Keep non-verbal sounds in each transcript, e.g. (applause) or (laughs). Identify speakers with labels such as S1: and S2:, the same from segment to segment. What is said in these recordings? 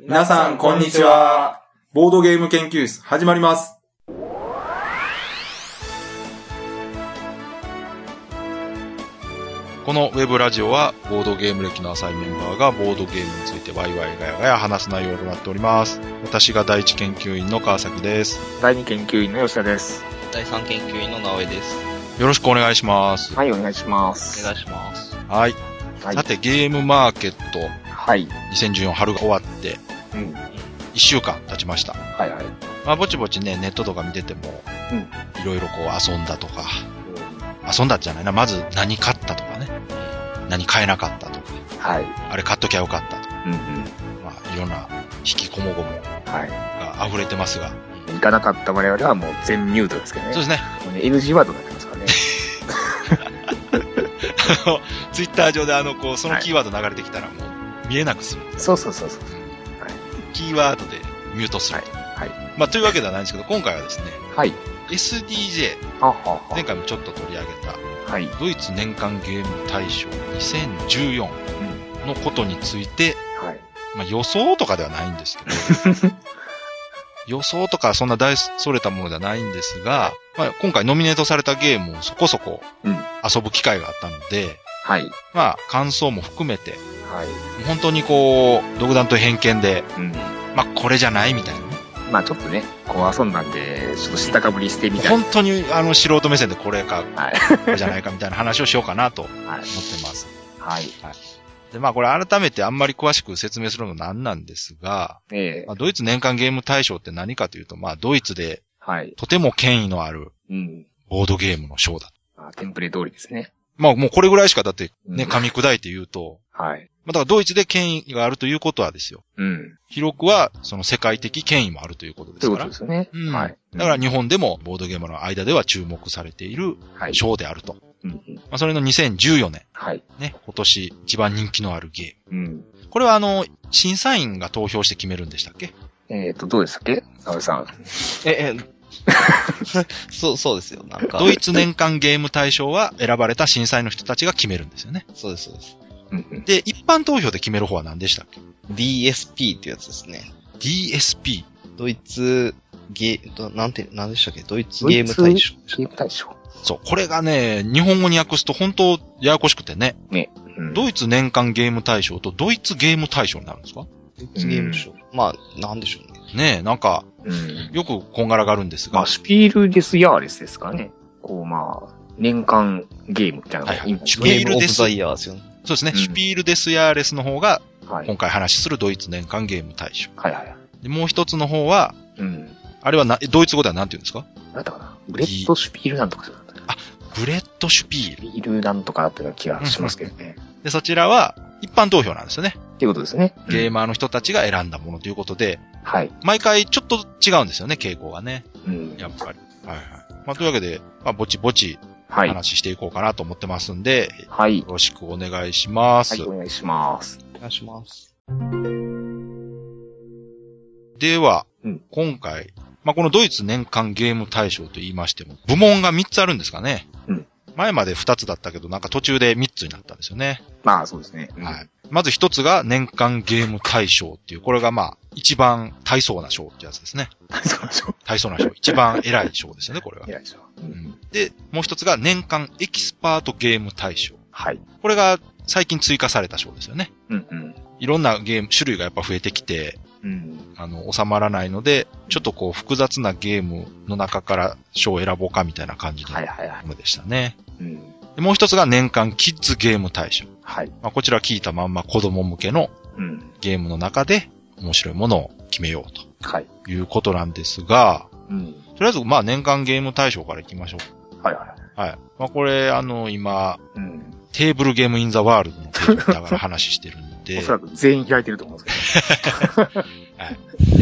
S1: 皆さん、こんにちは。
S2: ボードゲーム研究室、始まります。
S3: このウェブラジオは、ボードゲーム歴の浅いメンバーがボードゲームについてワイワイガヤガヤ話す内容となっております。私が第一研究員の川崎です。
S4: 第二研究員の吉田です。
S1: 第3研究員の直江です。
S3: よろしくお願いします。
S4: はい、お願いします。
S1: お願いします。
S3: はい。
S4: はい
S3: さて、ゲームマーケット
S4: はい。
S3: 2014春が終わって
S4: うん。
S3: 1週間経ちました。
S4: はいはい。
S3: まあ、ぼちぼちね、ネットとか見てても、
S4: うん
S3: いろいろこう遊んだとか、遊んだじゃないな、まず何買ったとかね、何買えなかったとか、
S4: はい。
S3: あれ買っときゃよかったとか、
S4: うんうん。
S3: まあ、いろんな引きこもごも
S4: は
S3: が溢れてますが、
S4: い。行かなかった我々はもう全ミュートですけどね。
S3: そうですね、
S4: もうね NG ワードになってますからね。
S3: (laughs) ツイッター上であの、こう、そのキーワード流れてきたらもう見えなくする。
S4: そうそうそうそう。
S3: キーワードでミュートする。
S4: はい。
S3: まあ、というわけではないんですけど、今回はですね、
S4: はい。
S3: SDJ、
S4: ははは
S3: 前回もちょっと取り上げた、
S4: はい。
S3: ドイツ年間ゲーム大賞2014のことについて、
S4: はい。
S3: まあ、予想とかではないんですけど、
S4: (laughs)
S3: 予想とかそんな大それたものではないんですが、まあ、今回ノミネートされたゲームをそこそこ
S4: うん
S3: 遊ぶ機会があったので、
S4: はい。
S3: まあ、感想も含めて、
S4: はい。
S3: 本当にこう、独断と偏見で、
S4: うん。
S3: まあ、これじゃないみたいなね。
S4: まあちょっとね、こう遊んだんで、ちょっと知ったかぶりしてみたい
S3: 本当に、あの、素人目線でこれか、
S4: な。はい。
S3: これじゃないかみたいな話をしようかなと思って
S4: はい。
S3: ます。
S4: はい。
S3: で、まあ、これ改めてあんまり詳しく説明するのもなんなんですが、
S4: ええ
S3: まあ、ドイツ年間ゲーム大賞って何かというと、まあ、ドイツで
S4: はい。
S3: とても権威のある
S4: うん。
S3: ボードゲームの賞だ。
S4: まあ、テンプレ通りですね。
S3: まあ、もうこれぐらいしかだってね、
S4: うん
S3: 噛み砕いて言うと、
S4: はい。
S3: まあ、だからドイツで権威があるということはですよ。
S4: うん。
S3: 広くは、その世界的権威もあるということで
S4: とい
S3: す
S4: うこ
S3: か
S4: と
S3: ら
S4: で。すよね。
S3: うん
S4: はい。
S3: だから、日本でもボードゲームの間では注目されている
S4: はい。
S3: 賞であると。
S4: うんうん
S3: まあ、それの2014年、
S4: はい。
S3: ね、今年一番人気のあるゲ
S4: うん。
S3: ーム。これはあの、審査員が投票して決めるんでしたっけ
S4: えっ、と、どうでしたっけ沙織さん。
S1: (laughs) え、え、そう、そうですよ。なんか、
S3: ドイツ年間ゲーム大賞は選ばれた審査員の人たちが決めるんですよね。
S1: そうです、そうです。
S4: うんうん。
S3: で、一般投票で決める方は何でしたっけ
S1: DSP ってやつですね。
S3: ?DSP。
S1: ドイツゲー、どなんて、なんでしたっけドイツゲーム大賞。
S4: ゲーム大賞。
S3: そう。これがね、日本語に訳すと本当ややこしくてね。
S4: うん
S3: ドイツ年間ゲーム大賞とドイツゲーム大賞になるんですか
S1: ドイツゲーム賞。まあ、なんでしょうね。
S3: ねえ、なんか、
S4: うん。
S3: よくこんがらがるんです
S4: ま
S3: が
S4: あ、。シュピールデスヤーレスですからね。こう、まあ、年間ゲームみたいな。
S3: はいはい
S4: 今
S3: シュピ
S1: ゲ
S3: ー
S1: ー
S3: ル
S1: ムオブ
S3: です
S1: ザイヤーですよね。
S3: そうですね。
S4: うん
S3: シュピールデスヤーレスの方が、
S4: はい
S3: 今回話しするドイツ年間ゲーム大賞。
S4: はいはい。
S3: でもう一つの方は、
S4: うん。
S3: あれはな、えドイツ語では何て言うんですか
S4: なんだかな。ブレッドシュピールなんとかそうだった。
S3: ブレッドシュピール。
S4: シュピールなんとかだったような気がしますけどね。
S3: で、そちらは、一般投票なんですよね。
S4: っていうことですね。
S3: ゲー
S4: ム。
S3: マーの人たちが選んだものということで、
S4: はい。
S3: 毎回ちょっと違うんですよね、傾向がね。
S4: うん。
S3: やっぱり。はいはい。まあ、というわけで、まあ、ぼちぼち
S4: はい。
S3: 話していこうかなと思ってますんで、
S4: はい
S3: よ。ろしくお願いします。
S4: はい、お願いします。
S1: お願いします。
S3: では、
S4: うん
S3: 今回、まあ、このドイツ年間ゲーム大賞と言いましても、部門が3つあるんですかね。
S4: うん
S3: 前まで2つだったけど、なんか途中で3つになったんですよね。
S4: まあ、そうですね。うん
S3: はい。まず1つが年間ゲーム大賞っていう、これがまあ、一番大層な賞ってやつですね。
S4: そうでしょう。
S3: 大層な賞。一番偉い賞ですよね、これは。
S4: 偉いでしょう。う
S3: うんんで、もう一つが年間エキスパートゲーム大賞。
S4: はい。
S3: これが最近追加された賞ですよね。
S4: うんうん。
S3: いろんなゲーム、種類がやっぱ増えてきて、
S4: うん。
S3: あの、収まらないので、ちょっとこう複雑なゲームの中から賞を選ぼうかみたいな感じの
S4: はい
S3: も
S4: はいはい。
S3: のでしたね。
S4: うん。
S3: でもう一つが年間キッズゲーム大賞。
S4: はい。
S3: まあ、こちら聞いたまんま子供向けの
S4: うん。
S3: ゲームの中で面白いものを決めようと
S4: はい。
S3: いうことなんですが、
S4: うん。
S3: とりあえずまあ年間ゲーム大賞から行きましょ
S4: はいはいはい。
S3: う。はい。まあこれあの今、
S4: うん。
S3: テーブルゲームインザワールドのテーブルだから話してるんで
S4: (laughs) おそ、らく全員開いてると思うんです
S3: テ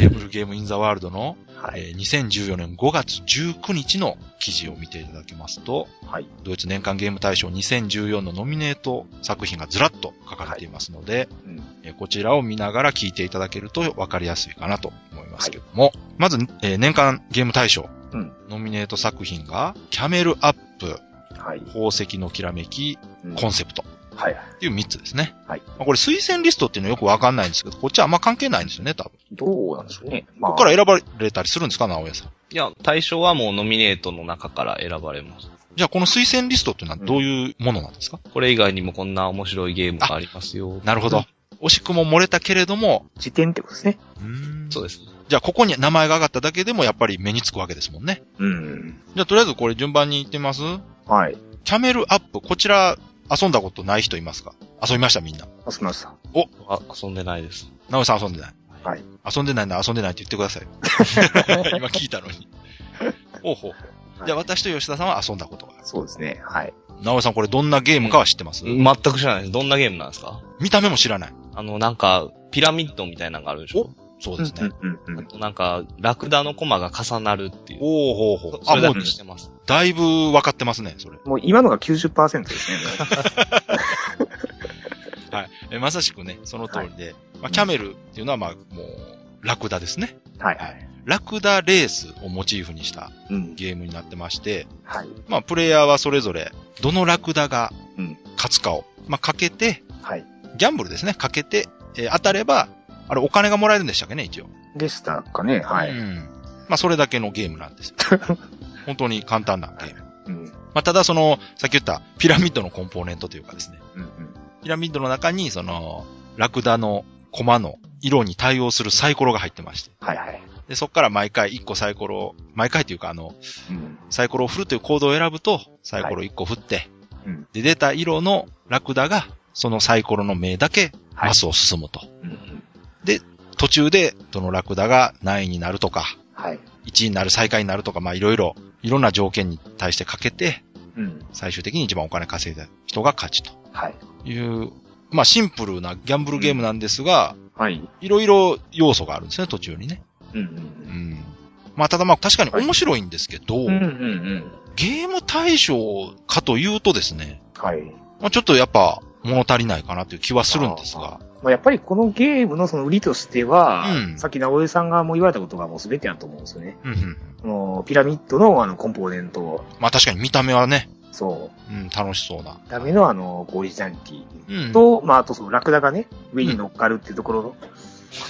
S3: ーブルゲームインザワールドの、
S4: けど。は
S3: え
S4: い。
S3: ー2014年5月19日の記事を見ていただけますと、
S4: はい。
S3: ドイツ年間ゲーム大賞2014のノミネート作品がずらっと書かれていますので、
S4: うん。
S3: えーこちらを見ながら聞いていただけると分かりやすいかなと思いますけども、まず、えー年間ゲーム大賞、
S4: うん
S3: ノミネート作品が、キャメルアップ、
S4: はい。
S3: 宝石のきらめき、
S4: うん
S3: コンセプト。
S4: はい。
S3: っていう3つですね。
S4: はい
S3: まあこれ推薦リストっていうのよくわかんないんですけど、こっちはあんま関係ないんですよね、多分。
S4: どうなんでしょうね。ま
S3: こ
S4: あ、
S3: こから選ばれたりするんですか、直江さん。
S1: いや、対象はもうノミネートの中から選ばれます。
S3: じゃあこの推薦リストっていうのはどういうものなんですか、
S1: これ以外にもこんな面白いゲームがありますよ。
S3: なるほど。惜しくも漏れたけれども、
S4: 時点ってことですね。
S1: そうです。
S3: じゃあここに名前が上がっただけでもやっぱり目につくわけですもんね。
S4: うん。
S3: じゃあとりあえずこれ順番に行ってみます
S4: はい。
S3: キャメルアップ、こちら遊んだことない人いますか遊びましたみんな。
S4: あ、すみません。
S1: あ、遊んでないです。
S3: 直江さん遊んでない
S4: はい。
S3: 遊んでないな、遊んでないって言ってください。今聞いたのに。ほうほうほう。じゃあ私と吉田さんは遊んだことがある。
S4: そうですね。はい。
S3: 直江さんこれどんなゲームかは知ってます、
S1: 全く知らないです。どんなゲームなんですか
S3: 見た目も知らない。
S1: あの、なんか、ピラミッドみたいなのがあるでしょ
S3: そうですね。
S4: うんうんう
S1: あ
S4: ん。
S1: となんか、ラクダのコマが重なるっていう。
S3: おおほうほう
S1: そ。そ
S3: あ、
S1: れ
S3: も
S1: だ
S3: う
S1: けしてます。
S3: だいぶ分かってますね、それ。
S4: もう今のが90%ですね。も
S3: はい。えまさしくね、その通りで。まあ、キャメルっていうのは、まあ、もう、ラクダですね。
S4: うはいはい。
S3: ラクダレースをモチーフにした
S4: うん。
S3: ゲームになってまして、
S4: はい。
S3: まあ、プレイヤーはそれぞれ、どのラクダが
S4: うん
S3: 勝つかを、まあ、かけて、
S4: はい。
S3: ギャンブルですね、かけて、えー当たれば、あれ、お金がもらえるんでしたっけね、一応。
S4: でしたかね。は
S3: う
S4: い。
S3: ん。まあ、それだけのゲームなんですよ。本当に簡単なゲーム。
S4: うん。うん
S3: まあ、ただ、その、さっき言った、ピラミッドのコンポーネントというかですね、
S4: うん。
S3: ピラミッドの中に、その、ラクダのコマの色に対応するサイコロが入ってまして。
S4: はいはい。
S3: で、そこから毎回1個サイコロを、毎回というかあの、
S4: うん。
S3: サイコロを振るという行動を選ぶと、サイコロ1個振って、
S4: うん
S3: で、出た色のラクダが、そのサイコロの目だけ、
S4: はい
S3: マスを進むと。
S4: うんうん。
S3: 途中で、どのラクダが何位になるとか、
S4: はい。
S3: 1位になる、最下位になるとか、まあいろいろ、いろんな条件に対してかけて、
S4: うん。
S3: 最終的に一番お金稼いだ人が勝ちと
S4: はい。
S3: いう、まあシンプルなギャンブルゲームなんですが、
S4: はい。
S3: いろいろ要素があるんですね、途中にね。
S4: うん
S3: う。ん。まあ、ただまあ、確かに面白いんですけど、
S4: うんうんうん。
S3: ゲーム対象かというとですね、
S4: はい。
S3: まあ、ちょっとやっぱ物足りないかなという気はするんです
S4: あ
S3: が、
S4: まあ、やっぱりこのゲームのその売りとしては、
S3: うん
S4: さっき直江さんがもう言われたことがもう全てだと思うんですよね。
S3: うんうん。
S4: このピラミッドのあのコンポーネント、
S3: まあ、確かに見た目はね、
S4: そ
S3: うん、楽しそうな。
S4: う、ダメのあの、オリジナリティ
S3: うん。そ
S4: と、まあ、あとそのラクダがね、上に乗っかるっていうところの、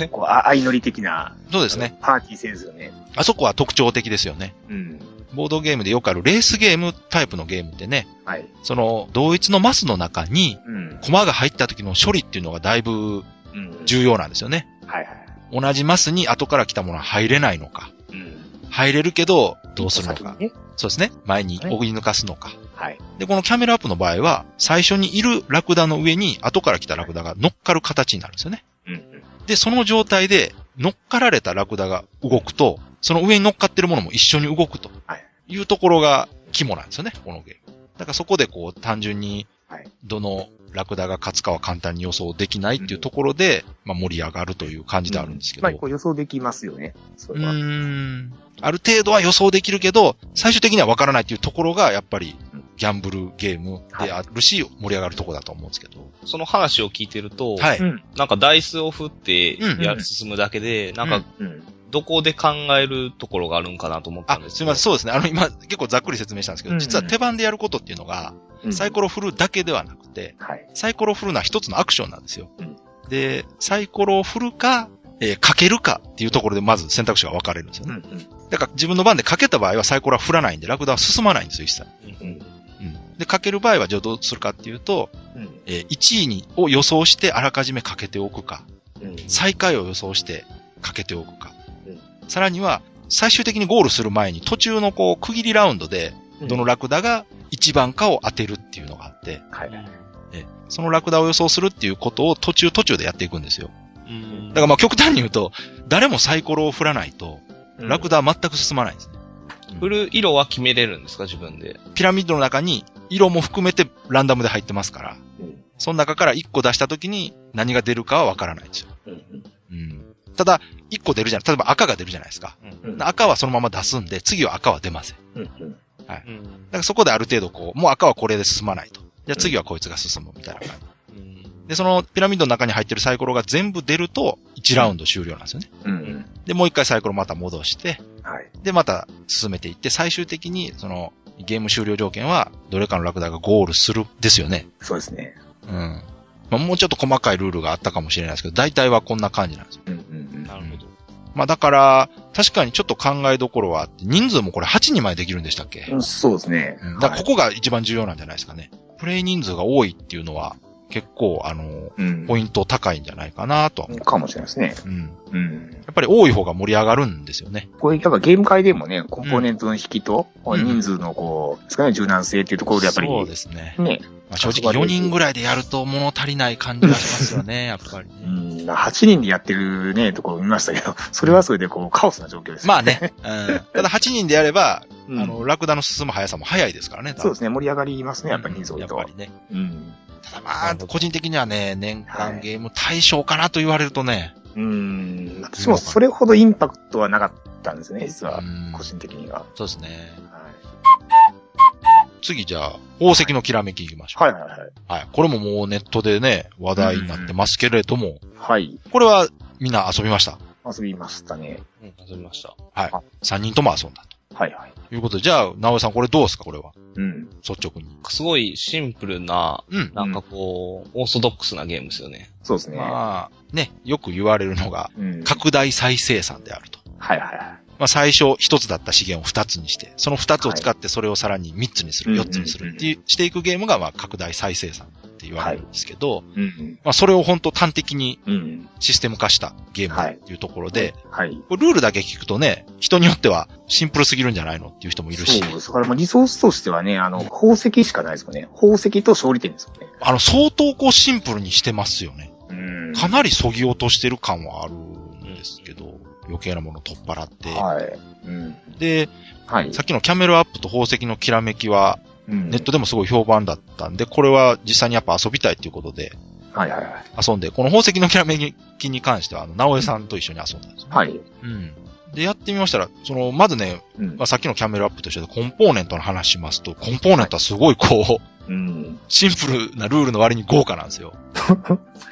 S1: うん
S4: こう、あ (laughs) 相乗り的な、
S3: うですね。
S4: パーティー性ですよね。
S3: あそこは特徴的ですよね。
S4: うん。
S3: ボードゲームでよくあるレースゲームタイプのゲームってね、
S4: はい。
S3: その同一のマスの中に、
S4: うん。
S3: コマが入った時の処理っていうのがだいぶ
S4: うん。
S3: 重要なんですよね。
S4: はいはい。
S3: 同じマスに後から来たものは入れないのか、
S4: うん。
S3: 入れるけど、どうするの
S4: 先
S3: か
S4: に。ね。
S3: そうですね。前に追い抜かすのか。
S4: はい。
S3: で、このキャメルアップの場合は、最初にいるラクダの上に、後から来たラクダが乗っかる形になるんですよね。
S4: うんうん。
S3: で、その状態で、乗っかられたラクダが動くと、その上に乗っかってるものも一緒に動くと
S4: はい
S3: いうところが肝なんですよね、このゲーム。だからそこでこう、単純に
S4: はい、
S3: どのラクダが勝つかは簡単に予想できないっていうところで、まあ盛り上がるという感じであるんですけど。
S4: まあ、こう予想できますよね。そうれは。
S3: ーん。ある程度は予想できるけど、最終的には分からないっていうところが、やっぱり
S4: うん、
S3: ギャンブルゲームであるし、盛り上がるとこだと思うんですけど。
S1: その話を聞いてると、
S3: はい。
S4: うん。
S1: なんかダイスを振って
S3: うん
S1: やる進むだけで、なん
S3: うん
S1: か
S4: うん。
S1: どこで考えるところがあるんかなと思った
S3: あ
S1: ん、です
S3: す
S1: け
S3: み
S1: ど
S3: ません。そうですね。あの、今、結構ざっくり説明したんですけ
S4: う
S3: ど、
S4: ん
S3: 実は手番でやることっていうのが、
S4: うん
S3: サイコロ振るだけではなくて、
S4: はい。
S3: サイコロ振るのは一つのアクションなんですよ
S4: うん。
S3: で、サイコロを振るか、えーかけるかっていうところでまず選択肢が分かれるんですよ
S4: うんう
S3: ね。
S4: ん。
S3: だから自分の番でかけた場合はサイコロは振らないんで、ラクダは進まないんですよ、一切。
S4: うん。
S3: うん。で、かける場合はじゃあどうするかっていうと、
S4: うん。
S3: えー1位にを予想してあらかじめかけておくか、
S4: うん。
S3: 最下位を予想してかけておくか
S4: うん、
S3: さらには最終的にゴールする前に途中のこう区切りラウンドでどのラクダが一番かを当てるっていうのがあって、
S4: はいはい。
S3: えそのラクダを予想するっていうことを途中途中でやっていくんですよ。
S1: うん
S3: だからまあ極端に言うと、誰もサイコロを振らないと、ラクダは全く進まないんですね。
S1: 振る色は決めれるんですか、自分で。
S3: ピラミッドの中に色も含めてランダムで入ってますから、
S4: うん。
S3: その中から1個出した時に何が出るかはわからないんですよ。
S4: うん。
S3: うんただ、1個出るじゃない、例えば赤が出るじゃないですか。
S4: うん。
S3: 赤はそのまま出すんで、次は赤は出ません。だ
S4: うんうん。
S1: うん
S3: からそこである程度こう、もう赤はこれで進まないと。じゃあ次はこいつが進むみたいな感じ。で、そのピラミッドの中に入ってるサイコロが全部出ると、1ラウンド終了なんですよね。
S4: うん。
S3: で、もう一回サイコロまた戻して、
S4: はい。
S3: で、また進めていって、最終的に、その、ゲーム終了条件は、どれかのラクダがゴールする、ですよね。
S4: そうですね。
S3: うん。まあ、もうちょっと細かいルールがあったかもしれないですけど、大体はこんな感じなんですよ。
S4: うんうん
S1: なるほど。
S3: まあだから、確かにちょっと考えどころはあって、人数もこれ8人までできるんでしたっけ、
S4: うん。そうですね
S3: うん。だか
S4: は
S3: ら
S4: い
S3: ここが一番重要なんじゃないですかね。プレイ人数が多いっていうのは、結構、あの、
S4: うん
S3: ポイント高いんじゃないかなとは思
S4: かもしれないですね。
S3: う。うん。
S4: うん。
S3: やっぱり多い方が盛り上がるんですよね。
S4: こういう、やっぱゲーム界でもね、コンポーネントの引きと、
S3: ん
S4: 人数のこう、ですかね、柔軟性っていうところでやっぱり、
S3: そうですね。
S4: ね、
S3: まあ、正直4人ぐらいでやると物足りない感じがします
S4: (laughs)
S3: よね、やっぱり
S4: う
S3: ね。
S4: ん、8人でやってるね、ところ見ましたけど、それはそれでこう、カオスな状況です。
S3: ま
S4: (laughs)
S3: あね。うん。ただ8人でやれば、
S4: あ
S3: あの、ラクダの進む速さも速いですからね、多分
S4: そうですね、盛り上がりますね、やっぱり人数多
S3: や
S4: い
S3: っ
S4: と
S3: ぱ。りね。
S4: うん。
S3: ただま
S1: な
S3: あ、
S1: るほど
S3: 個人的にはね、年
S4: は
S3: 間
S4: い
S3: ゲーム大賞かなと言われるとね、
S4: うん。私もそれほどインパクトはなかったんですね、実は
S3: う、ん
S4: 個人的には。
S3: そうですね。
S4: は
S3: 次じゃあ、宝石のきらめきいきましょう。
S4: いはいはいはい。
S3: はい。これももうネットでね、話題になってますけれども、
S4: はい。
S3: これはみんな遊びました。
S4: 遊びましたね。
S1: うん、遊びました。
S3: はい
S4: あ。
S3: 3人とも遊んだ。
S4: はいはい。
S3: ということで、じゃあ、直江さんこれどうですかこれは。
S4: うん。
S3: 率直に。
S1: すごいシンプルな、
S3: うん。
S1: なんかこう、オーソドックスなゲームですよね。
S4: そうですね。
S3: まあ、ね、よく言われるのが、
S4: うん。
S3: 拡大再生産であると。
S4: はいはいはい。
S3: まあ、最初一つだった資源を二つにして、その二つを使ってそれをさらに三つにする、
S4: はい
S3: 四つにするっていう、していくゲームが、まあ、拡大再生産って言われるんですけど、
S4: うん。
S3: まあ、それを本当端的に
S4: うん。
S3: システム化したゲームだっていうところで、
S4: はい。
S3: これルールだけ聞くとね、人によってはシンプルすぎるんじゃないのっていう人もいるし
S4: そ、うです。だからもうリソースとしてはね、あの、宝石しかないですもんね。宝石と勝利点ですもんね。
S3: あの、相当こうシンプルにしてますよね。
S4: うん
S3: かなり削ぎ落としてる感はあるんですけど、余計なもの取っ払って。
S4: はい。うん。
S3: で、
S4: はい。
S3: さっきのキャメルアップと宝石のきらめきは、ネ
S4: ネ
S3: ットでもすごい評判だったんで、これは実際にやっぱ遊びたいっていうことで
S4: はいはいはい。
S3: 遊んで、この宝石のきらめきに関しては、あの、直江さんと一緒に遊んだんですよ。
S4: はい。
S3: うん。で、やってみましたら、その、まずね、
S4: うん
S3: まあ、。さっきのキャメルアップと一緒でコンポーネントの話しますと、コンポーネントはすごいこ
S4: う
S3: う、
S4: ん。 (laughs)
S3: シンプルなルールの割に豪華なんですよ。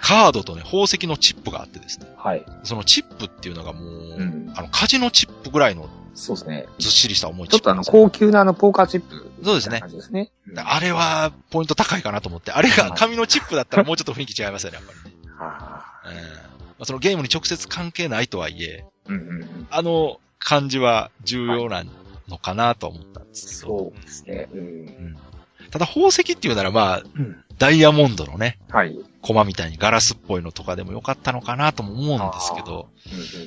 S3: カードとね、宝石のチップがあってですね、
S4: はい。
S3: そのチップっていうのがもう、
S4: うん
S3: あの、カジノチップぐらいの
S4: そうですね。
S3: ずっしりした重い
S4: ちょ
S3: チ
S4: っ
S3: ッ
S4: と
S3: プ
S4: あ
S3: なん
S4: の、
S3: ですよ。
S4: 高級なあの、ポーカーチップ。
S3: そうですね
S4: 感じですね。
S3: あれは、ポイント高いかなと思って、あれが紙のチップだったらもうちょっと雰囲気違いますよね、やっぱりね。
S4: あ
S3: うんまあそのゲームに直接関係ないとはいえ、
S4: ーうんうんうん。
S3: あの感じは重要なのかなとは思ったんですけど。
S4: そうですね。うん。
S3: うんただ宝石っていうならまあ、
S4: うん
S3: ダイヤモンドのね、
S4: はい。うん
S3: コマみたいにガラスっぽいのとかでもよかったのかなとも思うんですけど、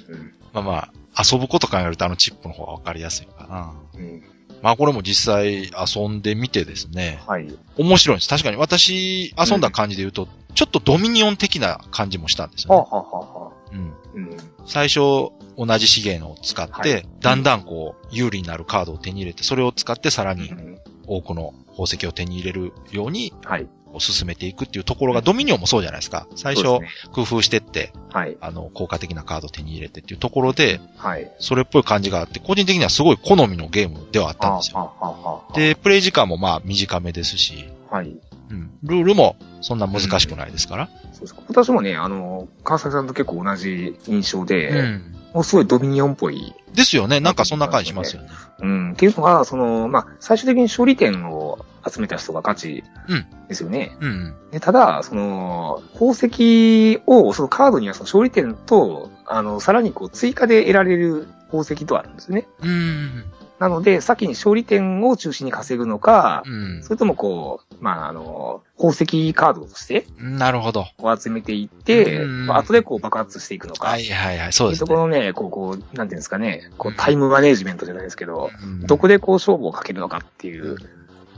S4: うん
S3: まあまあ、遊ぶこと考えるとあのチップの方がわかりやすいかな。
S4: うんうん。
S3: まあこれも実際遊んでみてですね、
S4: はい。
S3: 面白いんです。確かに私遊んだ感じで言うと、ちょっとドミニオン的な感じもしたんです
S4: あは
S3: よ、ね。
S4: はは。
S3: うん
S4: うん。
S3: 最初、同じ資源を使って、
S4: はい
S3: だんだんこう、有利になるカードを手に入れて、それを使ってさらに
S4: うん
S3: 多くの宝石を手に入れるように
S4: はい。
S3: こう進めていくっていうところが、ドミニオンもそうじゃないですか。最初
S4: そう、です
S3: 工夫してって、
S4: ねはい。
S3: あの、効果的なカードを手に入れてっていうところで、
S4: はい。
S3: それっぽい感じがあって、個人的にはすごい好みのゲームではあったんですよ。
S4: はははは。
S3: で、プレイ時間もまあ短めですし、
S4: はい。
S3: うん、ルールもそんな難しくないですから。
S4: そうです私もね、あの、川崎さんと結構同じ印象で、
S3: うん
S4: もうすごいドミニオンっぽい。
S3: ですよね。なんかそんな感じしますよね。
S4: うん。っていうのが、その、まあ、最終的に勝利点を集めた人が勝ち
S3: うん
S4: ですよね。
S3: うん。
S4: でただ、その、宝石を、そのカードにはその勝利点と、あの、さらにこう追加で得られる宝石とあるんですよね。
S3: うん。
S4: なので、先に勝利点を中心に稼ぐのか、
S3: うん
S4: それともこう、まあ、あの、宝石カードとして、
S3: なるほど。
S4: こう集めていって、
S3: うん
S4: まあ、後でこう爆発していくのか。
S3: はいはいはい、そう
S4: い
S3: で
S4: うと
S3: す
S4: こ。
S3: ね
S4: ろのね、こう、こう、なんていうんですかね、こ
S3: う
S4: うんタイムマネジメントじゃないですけど、
S3: うん、
S4: どこでこう勝負をかけるのかっていううん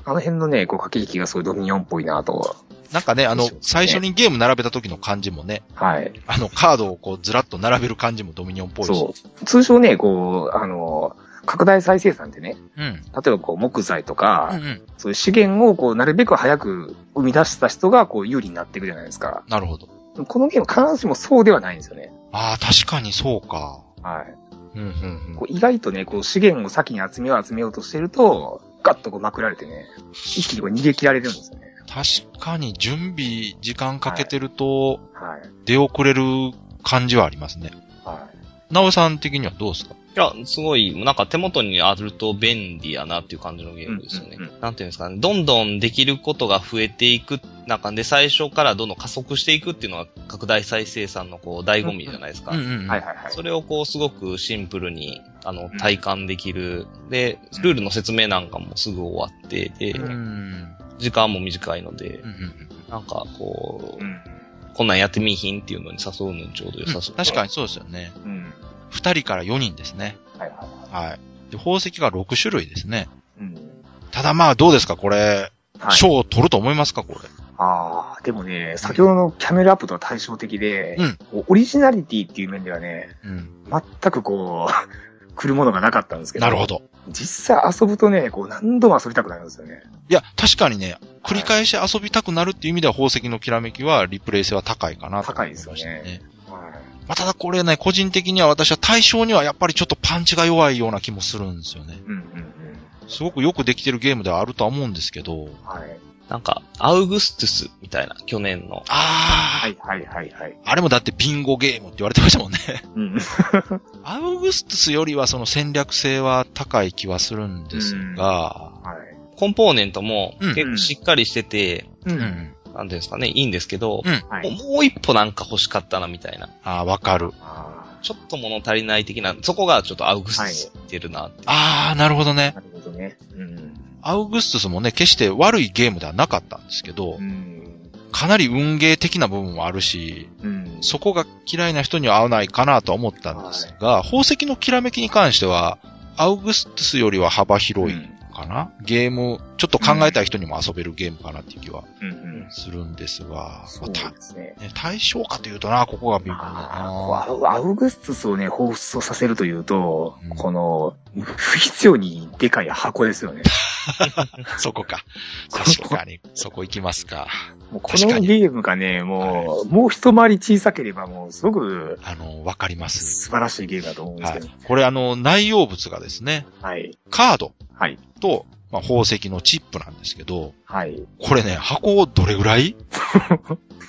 S4: あの辺のね、こう駆け引きがすごいドミニオンっぽいなと。
S3: なんかね、あの
S4: そう、ですね
S3: 最初にゲーム並べた時の感じもね、
S4: はい。
S3: あの、カードをこうずらっと並べる感じもドミニオンっぽいし。
S4: そう。通常ね、こう、あの、拡大再生産ってね、
S3: うん。
S4: 例えばこう木材と
S3: うんう
S4: か、
S3: ん。
S4: そういう資源をこうなるべく早く生み出した人がこう有利になっていくじゃないですか。
S3: なるほど。
S4: このゲーム必ずしもそうではないんですよね。
S3: ああ、確かにそうか。
S4: はい。
S3: うんうんうん
S4: こ。う意外とね、こう資源を先に集めよう集めようとしてると、ガッとこうまくられてね、一気にこう逃げ切られるんですよね。
S3: 確かに準備、時間かけてる
S4: はい。
S3: と、出遅れる感じはありますね。
S4: は
S3: なおさん的にはどうですか
S1: や、すごい、なんか手元にあると便利やなっていう感じのゲームですよね。
S4: うんうんう
S1: なんていうんですかね、どんどんできることが増えていく中で、最初からどんどん加速していくっていうのが拡大再生産のこう、醍醐味じゃないですか。
S3: うんうんうん。
S4: はいはいはい。
S1: それをこう、すごくシンプルに、あの
S4: ん、
S1: 体感できる。で、ルールの説明なんかもすぐ終わって、で、
S3: うんうん
S1: 時間も短いので
S3: うんう、ん
S1: なんかこ
S4: う
S1: う、
S4: ん。
S1: こんなんやってみいひんっていうのに誘うのにちょうど良さそう。
S3: 確かにそうですよね。
S4: うん。
S3: 二人から四人ですね。
S4: はいはいは
S3: はい。で宝石が六種類ですね。
S4: い。うん。
S3: ただまあどうですかこれ、
S4: はい。
S3: 賞を取ると思いますかこれ。
S4: ああ、でもね、先ほどのキャメルアップとは対照的で、
S3: うん
S4: こうオリジナリティっていう面ではね、
S3: うん。
S4: 全くこう、 (laughs) 来るものがなかったんですけど。
S3: なるほ。ど。
S4: 実際遊ぶとね、こう何度も遊びたくなるんですよね。
S3: いや、確かにね、繰り返し遊びたくなるっていう意味では宝石のきらめきはリプレイ性は高いかなと思いました
S4: 高いですよはい
S3: まあ、ただこれね、個人的には私は対象にはやっぱりちょっとパンチが弱いような気もするんですよね。
S4: うんうんうん。
S3: すごくよくできてるゲームではあるとは思うんですけど。
S4: はい。
S1: なんか、アウグストゥスみたいな、去年の。
S3: ああ、
S4: はいはいはいはい。
S3: あれもだってビンゴゲームって言われてましたもんね。
S4: うん。
S3: (laughs) アウグストゥスよりはその戦略性は高い気はするんですが、
S4: はい。
S1: コンポーネントも
S3: うん
S1: 結構しっかりしてて、
S4: う
S3: うん。
S4: ん。
S1: なんていうんですかね、いいんですけど、
S4: はい。
S1: もうもう一歩なんか欲しかったなみたいな。
S3: ああ、わかる。
S4: あ
S1: ちょっと物足りない的な、そこがちょっとアウグストゥス似てるなって。
S3: ああ、なるほどね
S4: あ、。なるほどね。うん。
S3: アウグストゥスもね、決して悪いゲームではなかったんですけど
S4: う、ん。
S3: かなり運ゲー的な部分もあるし、
S4: うん。
S3: そこが嫌いな人には合わないかなとは思ったんですが、宝石のきらめきに関しては、アウグストゥスよりは幅広いかな、ゲーム、ちょっと考えたい人にも遊べるゲームかなっていう気は
S4: うんうん。
S3: するんですが、
S4: そ
S3: まあ
S4: うで
S3: た
S4: すね。
S3: ね対象かというとな、ここが微妙だ
S4: あ
S3: な。
S4: ーこうアウアウグストゥスをね、放出させるというと、
S3: うん
S4: この、不必要にでかい箱ですよね。
S3: そこか。
S4: こ
S3: 確かに。そこ行きますか。
S4: もうこ
S3: 確か
S4: の
S3: に
S4: ゲームがね、もう、もう一回り小さければ、もうすごく
S3: あの、わかります。
S4: 素晴らしいゲームだと思うんですけ
S3: はい
S4: ど。。
S3: これあの、内容物がですね、
S4: はい。
S3: カード
S4: はい。
S3: と、まあ、宝石のチップなんですけど、
S4: はい。
S3: これね、箱をどれぐ
S4: (laughs)
S3: らい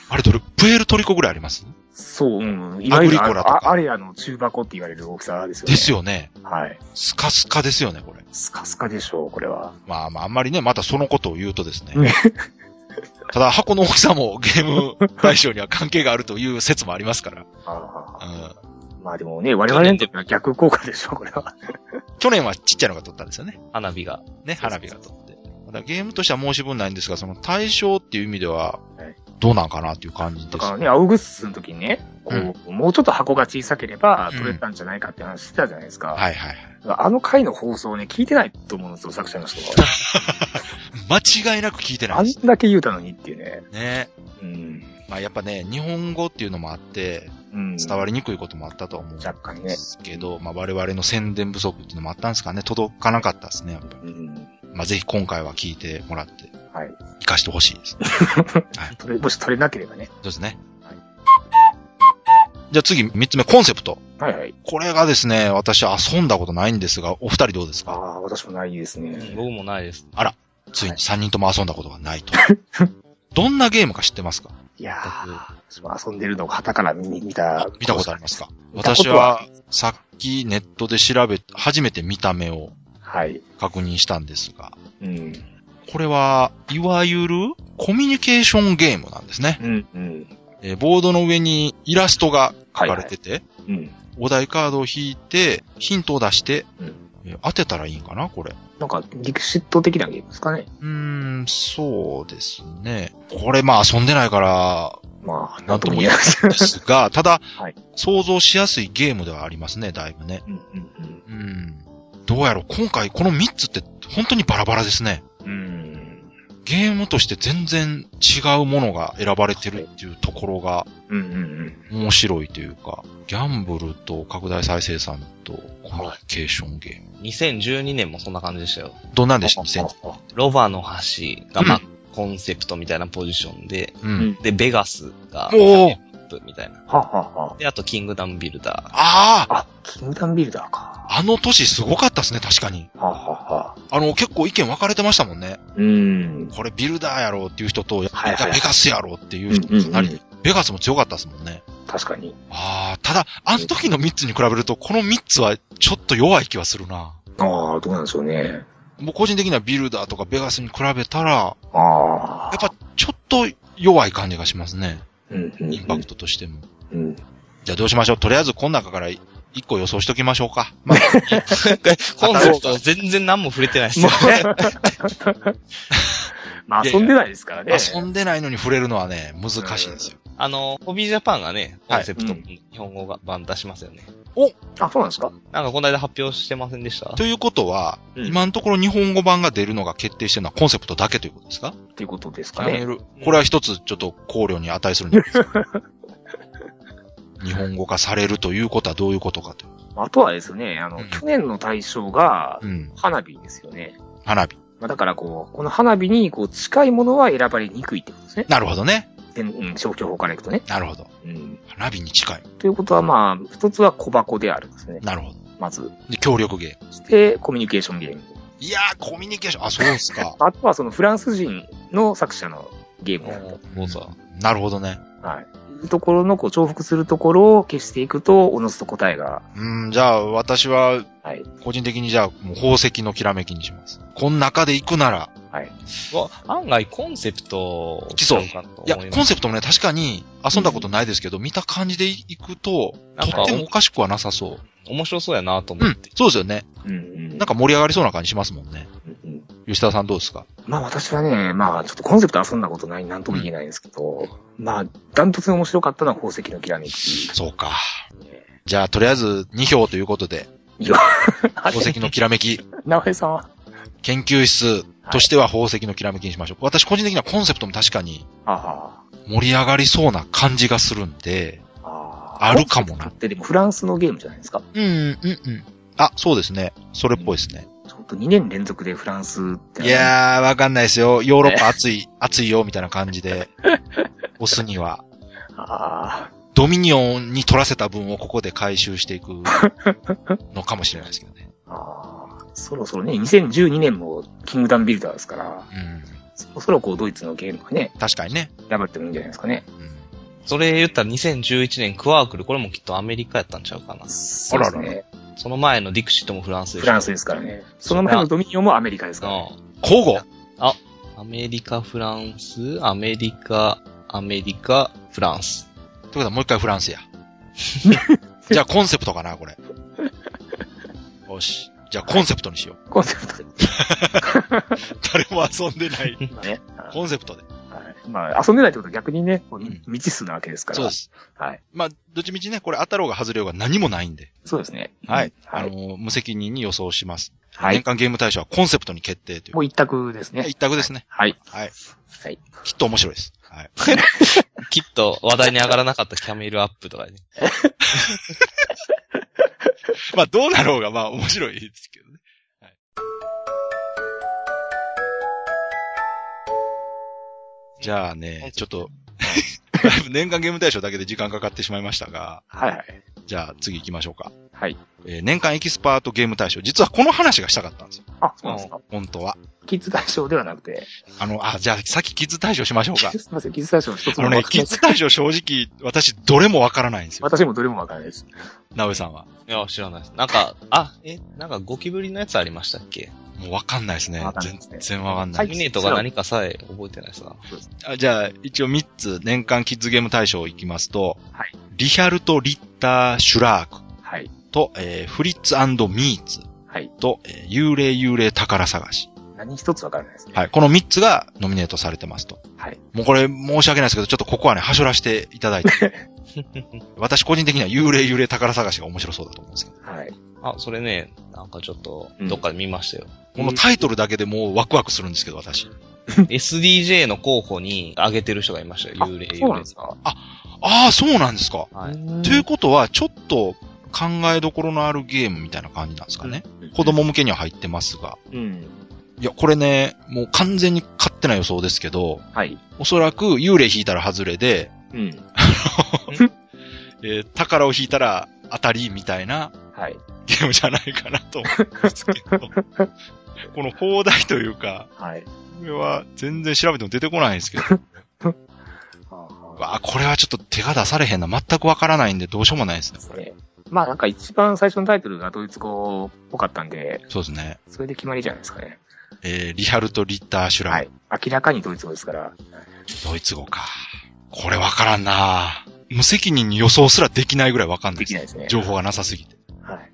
S3: あれどれ、プエルトリコぐらいあります
S4: そう、うん。いわゆる
S3: アグリコラとか
S4: あ、あアレアの中箱って言われる大きさですよね。
S3: ですよね。
S4: はい。
S3: スカスカですよね、これ。
S4: スカスカでしょう、これは。
S3: まあまあ、あんまりね、またそのことを言うとですね
S4: ね。
S3: ただ、箱の大きさもゲーム対象には関係があるという説もありますから。
S4: あ
S3: うん
S4: あまあでもね、我々にとっては逆効果でしょう、これ
S3: (laughs)
S4: は。
S3: 去年はちっちゃいのが取ったんですよね。
S1: 花火が。
S4: そうそうそ
S3: ね、
S4: う
S3: 花火が取って。まだゲームとしては申し分ないんですが、その対象っていう意味では
S4: はい、
S3: どうなんかなっていう感じ
S4: だ
S3: です
S4: から。ね、アウグストゥスの時にね、こう、もうちょっと箱が小さければ
S3: うん
S4: 取れたんじゃないかって話してたじゃないですか。
S3: はいはいはい。
S4: あの回の放送ね、聞いてないと思うんですよ、作者の人は。
S3: 間違いなく聞いてな
S4: あ
S3: い
S4: ん
S3: です
S4: だけ言うたのにっていうね。
S3: ね。
S4: うん。
S3: まあやっぱね、日本語っていうのもあって、
S4: うん。
S3: 伝わりにくいこともあったとは思うんで
S4: 若干ね。
S3: すけど、まあ我々の宣伝不足っていうのもあったんですかね。届かなかったですね。やっぱ
S4: うん。
S3: まあぜひ今回は聞いてもらって、
S4: はい。
S3: 活かしてほしいです。
S4: 取れ、もし取れなければね。
S3: そうですね
S4: はい。
S3: じゃあ次、三つ目、コンセプト。
S4: はいはい。
S3: これがですね、私は遊んだことないんですが、お二人どうです
S4: あ
S3: か
S4: あ、私もないですね。
S1: 僕もないです。
S3: ついに3人とも遊んだことがな
S4: (laughs)
S3: いと。どんなゲームか知ってますか
S4: いやー、私も遊んでるのを旗から見見た。
S3: 見たことありますか
S4: 見たこ
S3: 私
S4: とは
S3: はさっきネットで調べ、初めて見た目を
S4: はい。
S3: 確認したんですが、
S4: うん。
S3: これは、いわゆるコミュニケーションゲームなんですね。
S4: うん。うん。
S3: えーボードの上にイラストが書かれてて、
S4: うん。
S3: お題カードを引いて、ヒントを出して、
S4: うん
S3: えー当てたらいいんかなこれ。
S4: なんか、ディクシット的なゲームですかね。
S3: うーん、そうですね。これまあ遊んでないから、
S4: まあ、
S3: な
S4: なんんと
S3: とも
S4: も
S3: 言
S4: 言
S3: え
S4: え
S3: な
S4: ないい
S3: です
S4: (laughs)
S3: が、ただ、
S4: はい
S3: 想像しやすいゲームではありますね、だいぶね。
S4: うんうん
S3: うん。どうやろう、今回この3つって本当にバラバラですね。
S4: うん。うん。
S3: ゲームとして全然違うものが選ばれてるっていうところが
S4: うんうん
S3: 面白いというか、ギャンブルと拡大再生産とコミュニケーションゲーム。
S1: 2012年もそんな感じでしたよ。
S3: どんな
S4: う
S3: ん
S4: ん。
S3: でした ?2000
S1: ロバの橋が、まあ、コンセプトみたいなポジションで、
S3: うん。
S1: で、ベガスが、
S3: おー
S1: ップみたいな。
S4: ははは。
S1: で、あと、キングダムビルダ
S3: ああ
S4: あ、キングダムビルダーか。
S3: あの年すごかったですね、確かに。
S4: ははは。
S3: あの、結構意見分かれてましたもんね。
S4: うん。
S3: これビルダーやろうっていう人と、
S4: はいはい
S3: ベガスやろうっていう人、かなり、ベガスも強かったですもんね。
S4: 確かに。
S3: ああ、ただ、あの時の3つに比べると、この3つはちょっと弱い気はするな。
S4: ああ、どうなんでしょうね。
S3: 僕個人的にはビルダーとかベガスに比べたら、
S4: あ
S3: や
S4: あ
S3: っ。ぱちょっと弱い感じがしますね。
S4: うん、うん
S3: インパクトとしても。
S4: うん。
S3: じゃあどうしましょうとりあえずこの中から1個予想しときましょうか。まあ、
S1: コンセプト全然何も触れてないですよ。
S4: (laughs) まあ、遊んでないですからね。
S3: (laughs) 遊んでないのに触れるのはね、難しいんですよ。
S1: あの、ホビージャパンがね、コンセプト、
S4: はいうん
S1: 日本語版出しますよね。
S4: あ、そうなんですか
S1: なんかこの間発表してませんでした
S3: ということは、
S4: うん
S3: 今のところ日本語版が出るのが決定してるのはコンセプトだけということですか
S4: っていうことです
S3: キャ
S4: か
S3: メ
S4: ね。
S3: ル。これは一つちょっと考慮に値するんじゃないですか。日本語化されるということはどういうことかという。
S4: あとはですね、あの、
S3: うん
S4: 去年の対象が
S3: うん。
S4: 花火ですよね。
S3: 花火。
S4: まあ、だからこう、この花火にこう近いものは選ばれにくいってことですね。
S3: なるほどね。
S4: でうん、消去法からいくとね。
S3: なるほど。
S4: うん。
S3: 花火に近い。
S4: ということはまあ、一つは小箱であるんですね。
S3: なるほど。
S4: まず。
S3: で、協力ゲーム。
S4: そして、コミュニケーションゲーム。。
S3: いやー、コミュニケーション。あ、そうです
S4: (laughs)
S3: か
S4: あとはそのフランス人の作者のゲームである
S1: もうさ、
S3: なるほどね。
S4: と。はい。いうところのこう重複するところを消していくと、おのずと答えが。
S3: うん、じゃあ、私は、
S4: はい。
S3: 個人的にじゃあ、もう宝石のきらめきにします。この中で行くなら、
S4: はい。
S1: わ案外コンセプト、
S3: きそう
S1: かと
S3: いや、
S1: 思い
S3: コ
S1: ま
S3: ン
S1: す。
S3: セプトもね、確かに遊んだことないですけど、見た感じで行くと、
S1: な
S3: と
S1: んか
S3: ってもおかしくはなさそう。
S1: 面白そうやなと
S3: う
S1: 思っ
S3: ん
S1: て。、
S3: そうですよね。
S4: うんうん。
S3: なんか盛り上がりそうな感じしますもんね。
S4: うんうん、
S3: 吉田さんどうですか
S4: まあ私はね、まあちょっとコンセプト遊んだことない、なんとも言えないんですけど、まあ、ダントツに面白かったのは宝石のきらめき。
S3: そうか。じゃあ、とりあえず2票ということで、
S4: あれ (laughs)
S3: 宝石のきらめき、
S4: 直江さんは
S3: 研究室としては宝石のきらめきにしましょう。私個人的にはコンセプトも確かに
S4: あ
S3: 盛り上がりそうな感じがするんで、
S4: あ。あ
S3: あるかも
S4: コンセ
S3: な
S4: プトってでもフランスのゲームじゃないですか。
S3: うん、うん、うん。あ、そうですね。それっぽいですね。
S4: ちょっと2年連続でフランスって。
S3: いやー、わかんないですよ。ヨーロッパ暑い、 (laughs) 暑いよ、みたいな感じで、オスには。
S4: ああ。
S3: ドミニオンに取らせた分をここで回収していくのかもしれないですけどね。
S4: ああ。そろそろね、2012年もキングダムビルダーですから、
S3: うん。
S4: そろそろこうドイツのゲームがね、
S3: 確かにね。
S4: やばれてもいいんじゃないですかね
S3: う。ん
S1: それ言ったら2011年クワークル、これもきっとアメリカやったんちゃうかな。
S4: あ
S3: らら
S4: ね。
S1: その前のディクシットもフランスでしょ
S4: フランスですからね。その前のドミニオンもアメリカですから、ね。
S1: う
S3: 交互
S1: んアメリカ、フランス、アメリカ、アメリカ、フランス。
S3: ということはもう一回フランスや。じゃあコンセプトかな、これ。よし。じゃあコンセプトにしよう。
S4: コンセプトで
S3: 誰も遊んでない。
S4: 今ね。はい
S3: コンセプトで。
S4: はいまあ、遊んでないってことは逆にね、こう
S3: うん
S4: 未知数なわけですから。
S3: そうで。す。
S4: はい。
S3: まあ、どっちみちね、これ当たろうが外れようが何もないんで。
S4: そうですね。
S3: はい。
S4: は
S3: あ
S4: い。
S3: のー、無責任に予想します。
S4: は
S3: 年
S4: い。
S3: 間ゲーム大賞はコンセプトに決定という。
S4: もう一択ですね。
S3: 一択ですね。
S4: はい。
S3: はい。
S4: はい。
S3: きっと面白いです。はい。
S1: きっと話題に上がらなかったキャメルアップとかね。
S3: まあ、どうなろうが、まあ、面白いですけどね。はいじゃあね、ちょっと、 (laughs) だいぶ年間ゲーム大賞だけで時間かかってしまいましたが、
S4: はいはい。
S3: じゃあ次行きましょうか。
S4: はい。
S3: えー年間エキスパートゲーム大賞。実はこの話がしたかったんですよ。
S4: あ、そうなんですか。
S3: 本当は。
S4: キッズ大賞ではなくて、
S3: あの、あ、じゃあ先キッズ大賞しましょうか。
S4: (laughs) すみません、キッズ大賞の一つ
S3: あ
S4: も
S3: の
S4: わかんない、
S3: ねキッズ大賞正直、私、どれもわからないんですよ。
S4: 私もどれもわからないです。
S3: なおさんは。
S1: いや、知らないです。なんか、あ、え、なんかゴキブリのやつありましたっけ
S3: もうわかんないですね
S4: わかんないです。ね
S3: 全然わかんない
S1: タ。ミネートが何かさえ覚えてないですな。
S3: あじゃあ、一応3つ、年間キッズゲーム大賞いきますと、
S4: はい
S3: リヒャルト・リッター・シュラーク
S4: はい。
S3: と、えーフリッツミーツ
S4: はい。
S3: と、えー幽霊幽霊宝探し。
S4: 何一つわからないですね。
S3: はい。この3つがノミネートされてますと。
S4: はい。
S3: もうこれ申し訳ないですけど、ちょっとここはね、はしょらせていただ
S4: (laughs)
S3: いて。私個人的には幽霊幽霊宝探しが面白そうだと思うんですけど。
S4: はい。
S1: あ、それね、なんかちょっと、どっかで見ましたよ。
S3: このタイトルだけでもうワクワクするんですけど、私。
S1: SDJ の候補に上げてる人がいましたよ。幽霊、
S4: あそう
S1: 幽
S4: なん
S1: 霊
S4: で。すか。
S3: ああ、そうなんですか。
S1: はい。
S3: ということは、ちょっと考えどころのあるゲームみたいな感じなんですかね。子供向けには入ってますが。
S4: うん。
S3: いや、これね、もう完全に勝手な予想ですけど、
S4: はい。
S3: おそらく幽霊引いたら外れで、
S4: うん。
S3: えー宝を引いたら当たりみたいな (laughs)
S4: はい。
S3: ゲームじゃないかなと思うんですけど、この放題というか、
S4: はい。
S3: (laughs) これは全然調べても出てこないんですけど、
S4: あー
S3: うわあ、これはちょっと手が出されへんな。全くわからないんで、どうしようもないですね、これ。
S4: ねまあなんか一番最初のタイトルがドイツ語っぽかったんで、
S3: そうですね。
S4: それで決まりじゃないですかね。
S3: えー、リハルト・リッター・シュラム、
S4: はい。明らかにドイツ語ですから。
S3: ドイツ語か。これわからんな無責任に予想すらできないぐらいわかんない
S4: で
S3: で
S4: き
S3: す
S4: ない
S3: ね。
S4: ですね。
S3: 情報がなさすぎて。
S4: はい。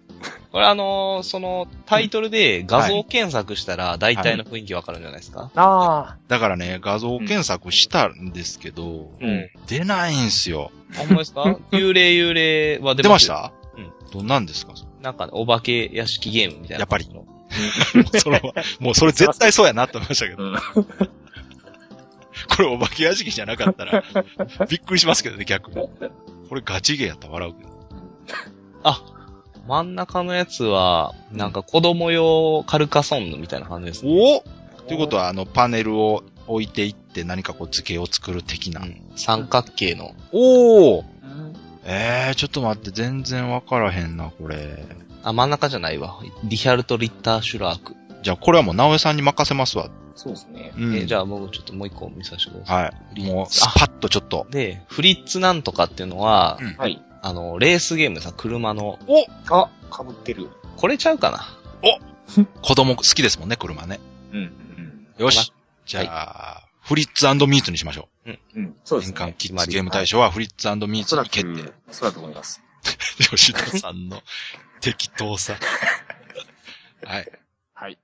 S1: これあのーそのタイトルで画像検索したら大体の雰囲気わかるんじゃないですか、
S4: ああ、
S3: だからね、画像検索したんですけど、
S1: うん。
S3: 出ないんすよ。
S1: ほんまですか幽霊幽霊は
S3: 出ました
S1: うん
S3: どんなんですかそ
S1: なんかね、お化け屋敷ゲームみたいな。
S3: やっぱり
S1: の。
S3: れは、もうそれ絶対そうやなって思いましたけど。
S4: うん
S3: これお化け屋敷じゃなかったら、びっくりしますけどね、逆に。これガチゲーやったら笑うけど。
S1: あ、真ん中のやつは、なんか子供用カルカソンヌみたいな感じですね。
S3: おということは、あの、パネルを置いていって何かこう図形を作る的な。
S1: うん三角形の。
S3: おお
S4: うん
S3: えー、ちょっと待って、全然わからへんな、これ。
S1: あ、真ん中じゃないわ。リヒャルト・リッター・シュラーク。
S3: じゃあ、これはもう、直江さんに任せますわ。
S4: そうですね。
S3: うん。
S1: えじ
S3: ゃ
S1: ゃあもうちょっともう一個見させてください。
S3: はい。もう、ス
S1: あ
S3: パッとちょっと。
S1: で、フリッツなんとかっていうのは、
S3: うん
S4: はい。
S1: あの、レースゲームさ、車の、
S4: あ、被ってる。
S1: これちゃうかな
S3: 子供好きですもんね、車ね。
S4: うん。うん。
S3: よ
S1: はい
S3: し。じゃあ、フリッツミーツにしましょ
S4: うん。そう
S3: う。
S4: です
S3: 年
S4: ね。
S3: 間キッズゲーム大賞はフリッツミー
S4: おそ
S3: ツ
S4: ら
S3: に
S4: く
S3: 決定。、
S4: そうだと思います。
S3: 吉田さんの適当さ。はい。
S4: はい。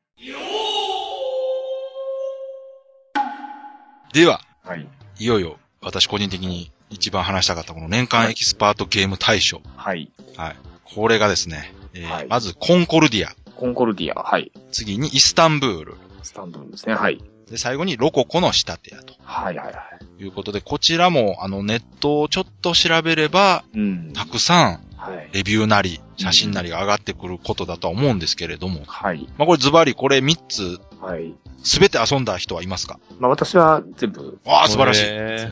S3: では、
S4: はい。
S3: いよいよ私個人的に一番話したかったこの年間エキスパートゲーム大賞。
S4: はい。
S3: はい。これがですね、えー
S4: はい
S3: まずコンコルディア、
S4: コンコルディア、はい。
S3: 次にイスタンブール、
S4: スタンドですね。はい。
S3: で最後にロココの仕立てやと
S4: はいはいはい。
S3: いうことで、こちらもあのネットをちょっと調べれば、
S4: うん。
S3: たくさん
S4: はい。
S3: レビューなり、写真なりが上がってくることだとは思うんですけれども、
S4: はい。
S3: まあこれズバリこれ3つ
S4: はい。
S3: すべて遊んだ人はいますか
S4: まあ私は全部、
S3: わあ、素晴らしい。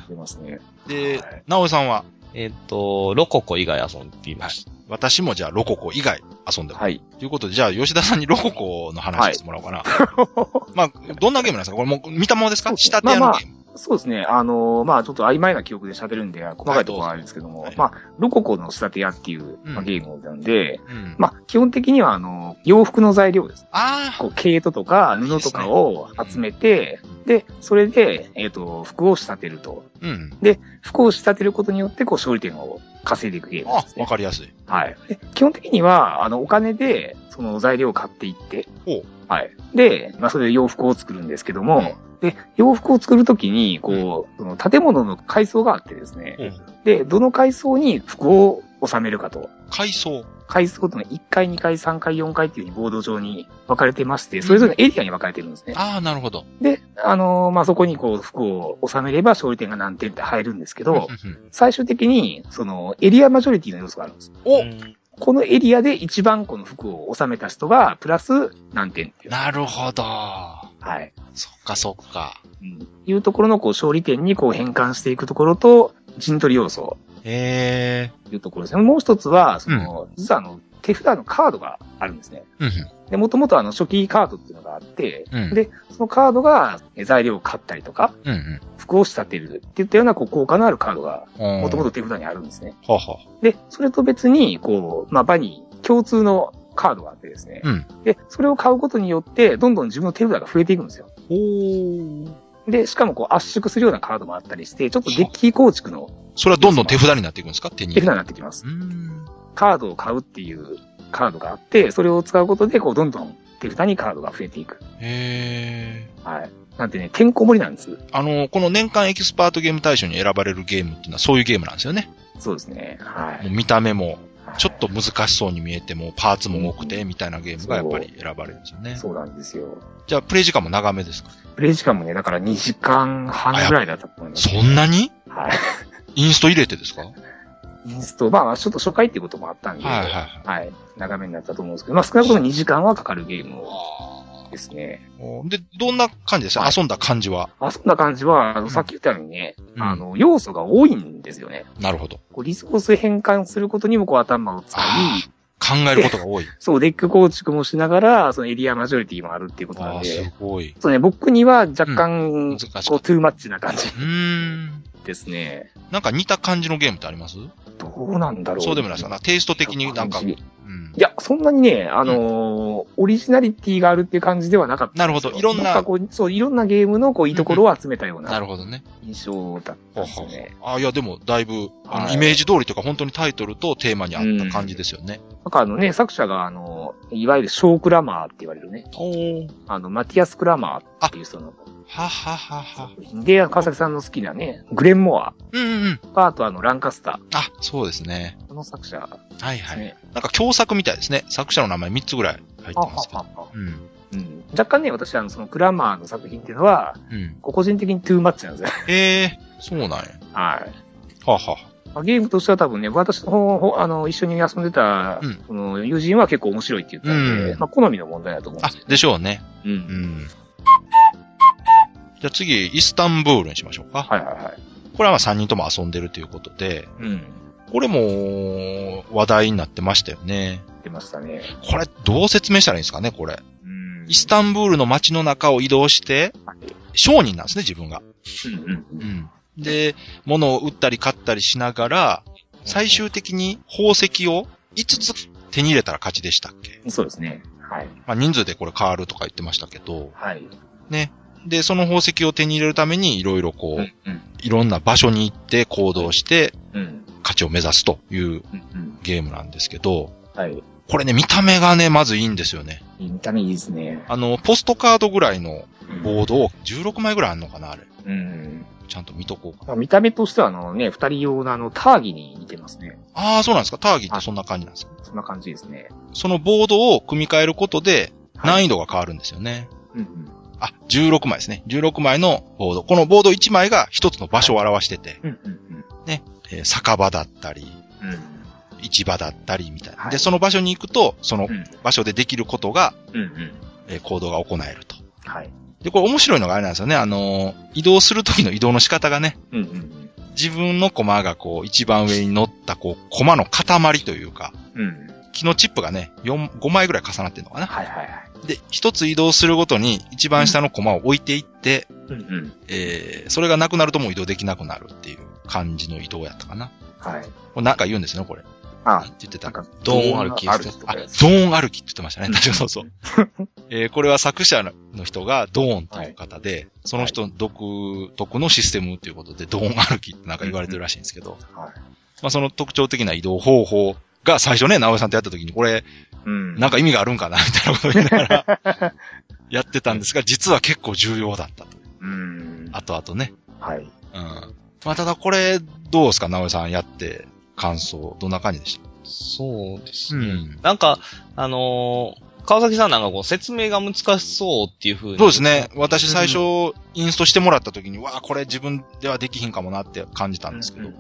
S1: い
S4: 出ますね。
S3: で
S4: はい、
S3: なおさんは、
S1: えっ、と、ロココ以外遊んでいました。
S3: 私もじゃあロココ以外遊んでます。
S4: はい。
S3: ということで、じゃあ、吉田さんにロココの話してもらおうかな。 (laughs) まあ、どんなゲームなんですかこれもう見たままですか仕立て屋のゲーム。
S4: そうですね。あのーまあちょっと曖昧な記憶で喋るんで、細かいところはあるんですけども、
S3: はい
S4: まあ、ロココの仕立て屋っていう、
S3: うん
S4: まあ、ゲームなんで、
S3: うん
S4: まあ基本的には、あの、洋服の材料です。
S3: ああ、
S4: こう、毛糸とか布とかを集めて、でそれで、えっ、と、服を仕立てると。
S3: うん。
S4: 服を仕立てることによって、こう、勝利点を稼いでいくゲームなん
S3: あ
S4: で、す
S3: わ
S4: ね。
S3: かりやすい。
S4: はい。で基本的には、あの、お金で、その材料を買っていって
S3: ほう、
S4: はい。で、まあ、それで洋服を作るんですけども、で、洋服を作るときに、こう、その建物の階層があってですね、
S3: うん
S4: で、どの階層に服を収めるかと。
S3: 階層。
S4: 階層ごとの1階、2階、3階、4階っていうふうにボード上に分かれてまして、それぞれのエリアに分かれてるんですね。
S3: ああ、なるほど。
S4: で、あのーまあ、そこにこう、服を収めれば勝利点が何点って入るんですけど、
S3: うんうん
S4: 最終的に、その、エリアマジョリティの要素があるんです。
S3: お
S1: うん
S4: このエリアで一番この服を収めた人が、プラス何点っていう。
S3: なるほど。
S4: はい。
S3: そっかそっか。
S4: うん。いうところの、こう、勝利点にこう変換していくところと、陣取り要素
S3: え
S4: というところですね。もう一つは、その、実はあの、手札のカードがあるんですね。
S3: えうん
S4: で、もともとあの、初期カードっていうのがあって、
S3: うん
S4: で、そのカードがえ材料を買ったりとか、
S3: うん。うん
S4: 服を仕立てるっていったような、こう、効果のあるカードが、
S3: うん。
S4: もとも
S3: と。
S4: と手札にあるんですね。
S3: はは。
S4: で、それと別に、こう、まあ、場に共通のカードがあってですね。
S3: うん。
S4: で、それを買うことによって、どんどん自分の手札が増えていくんですよ。
S3: おー。
S4: で、しかもこう圧縮するようなカードもあったりして、ちょっとデッキ構築の
S3: それはどんどん手札になっていくんですか手に。
S4: 手札になってきます。
S3: うーん。
S4: カードを買うっていうカードがあって、それを使うことで、こう、どんどん手札にカードが増えていく。
S3: へえ。
S4: はい。なんてね、てんこ盛りなんです。
S3: あの、この年間エキスパートゲーム大賞に選ばれるゲームっていうのはそういうゲームなんですよね。
S4: そうですね。は
S3: もう
S4: い。
S3: 見た目もちょっと難しそうに見えても、パーツも多くて、みたいなゲームがやっぱり選ばれるんですよね。
S4: そうなんですよ。
S3: じゃあ、プレイ時間も長めですか
S4: プレイ時間もね、だから2時間半ぐらいだったと思います。
S3: そんなに
S4: はい。
S3: インスト入れてですかはい
S4: インスト、まあ、ちょっと初回っていうこともあったんで、
S3: はい
S4: い。
S3: は
S4: 長めになったと思うんですけど、まあ、少なくとも2時間はかかるゲームを
S3: い。
S4: ですね。
S3: で、どんな感じですか、
S4: はい
S3: 遊んだ感じは。
S4: あ、そんな感じは、あの
S3: ん
S4: さっき言ったようにね、
S3: うん
S4: あの、要素が多いんですよね。
S3: なるほど。
S4: こうリソース変換することにもこう頭を使
S3: あ
S4: い、
S3: 考えることが多い。
S4: そう、デック構築もしながら、そのエリアマジョリティもあるっていうこと
S3: あ
S4: なん
S3: あ、す
S4: で、
S3: ごい。
S4: そうね、僕には若干、
S3: 難しか
S4: こ
S3: っ
S4: う、トゥーマッチな感じ
S3: うーん。
S4: ですね。
S3: なんか似た感じのゲームってあります
S4: どうなんだろう。
S3: そうでもないですかな。テイスト的になんか。
S4: い
S3: うん
S4: や、そんなにね、あのーオリジナリティがあるっていう感じではなかったですよ
S3: なるほどいろんなん
S4: かこう、そう、いろんなゲームのこう、いいところを集めたよう
S3: な
S4: な
S3: るほどね。
S4: 印象だったんですよね。
S3: あ、いや、でも、だいぶ、あ
S4: は
S3: の、
S4: い
S3: イメージ通りというか、本当にタイトルとテーマに合った感じですよね。
S4: なんかあのね、作者があの、いわゆるショークラマーって言われるね、
S3: おー。
S4: あの、マティアス・クラマーっていうその、
S3: はははは。
S4: で、川崎さんの好きなね、グレン・モア
S3: うんうんうん。
S4: と、あとあの、ランカスタ
S3: あ、そうですね。
S4: ー、この作者
S3: はい
S4: で
S3: は
S4: す
S3: い。
S4: ね。
S3: なんか、共作みたいですね。作者の名前3つぐらい入って
S4: は
S3: ますけど。
S4: ははは
S3: うん。
S4: うん若干ね、私はあの、そのクラマーの作品っていうのは、
S3: うん。
S4: 個人的にトゥーマッチなんですよ。
S3: (laughs) ええー、そうなんや。
S4: はい。
S3: はは。
S4: まあゲームとしては多分ね、私の方ほあの、一緒に遊んでた
S3: うん、
S4: その友人は結構面白いって言ったんで、
S3: うん
S4: まあ、好みの問題だと思うんで
S3: あ
S4: すよ、
S3: でしょうね。
S4: う。
S3: うんん。じゃあ次、イスタンブールにしましょうか。
S4: はいはいはい。
S3: これはまあ3人とも遊んでるということで、
S4: うん。
S3: これも話題になってましたよね。
S4: 出ましたね。
S3: これどう説明したらいいんですかね、これ。
S4: うん
S3: イスタンブールの街の中を移動して、商人なんですね、自分が。
S4: うんうん
S3: うん。で、物を売ったり買ったりしながら、最終的に宝石を5つ手に入れたら勝ちでしたっけ
S4: うん。そうですね。はい。
S3: まあ人数でこれ変わるとか言ってましたけど、
S4: はい。
S3: で、その宝石を手に入れるためにいろいろこう、
S4: うん。
S3: いろんな場所に行って行動して
S4: うん。
S3: 勝ちを目指すという
S4: うんうん。
S3: ゲームなんですけど、
S4: はい。
S3: これね、見た目がね、まずいいんですよね。
S4: 見た目いいですね。
S3: あの、ポストカードぐらいのボー
S4: ー
S3: ドを16枚ぐらいあんのかな、あれ。
S4: うん。
S3: ちゃんと見とこうか。
S4: まあ、見た目としてはあのね、二人用のあの、ターギに似てますね。
S3: ああ、そうなんですか。ターギーってそんな感じなんですか。
S4: そんな感じですね。
S3: そのボードを組み替えることで
S4: はい
S3: 難易度が変わるんですよね。
S4: うんうん。
S3: あ、16枚ですね。16枚のボード。このボード1枚が1つの場所を表してて、
S4: うんうん
S3: えー酒場だったり、
S4: うん。
S3: 市場だったりみたいな。
S4: はい
S3: で、その場所に行くと、その
S4: うん。うん
S3: 場所でできることが、
S4: うんうん。
S3: えー行動が行えると。
S4: はい。
S3: で、これ面白いのがあれなんですよね。あのー移動する時の移動の仕方がね、
S4: うんうん
S3: 自分の駒がこう、一番上に乗ったこう、駒の塊というか、
S4: うん。うん。
S3: 木のチップがね、4、5枚ぐらい重なってるのかな。
S4: はいはいはい。
S3: で、一つ移動するごとに、一番下の駒を置いていって、
S4: うんうん。
S3: えー、それがなくなるともう移動できなくなるっていう感じの移動やったかな。
S4: はい。
S3: これなんか言うんですよね、これ。
S4: あ、
S3: 言って
S4: な
S3: た
S4: ん。か、
S1: ドーン歩き
S4: あ
S1: あ
S4: る
S1: る
S4: と
S3: あ、
S4: か
S3: ゾーン歩きって言ってましたね。
S4: うん
S3: 確かそうそう。
S1: (laughs)
S3: えー、これは作者の人がドーンという方で、その人独特のシステムということで、ドーン歩きってなんか言われてるらしいんですけど、
S4: はい。
S3: まあその特徴的な移動方法が最初ね、直江さんとやった時に、これ、
S4: うん。
S3: なんか意味があるんかな、 (laughs) みたいなことを言いながら、やってたんですが、実は結構重要だったと。
S4: うん。
S3: 後々ね。
S4: はい。
S3: うん。まあただこれ、どうですか、直江さんやって、感想、どんな感じでした
S1: そうですね。
S3: うん
S1: なんか、あのー川崎さんなんかこう説明が難しそうっていう風に。
S3: そうですね。私最初、インストしてもらった時に、わあ、これ自分ではできひんかもなって感じたんですけど。
S4: うん。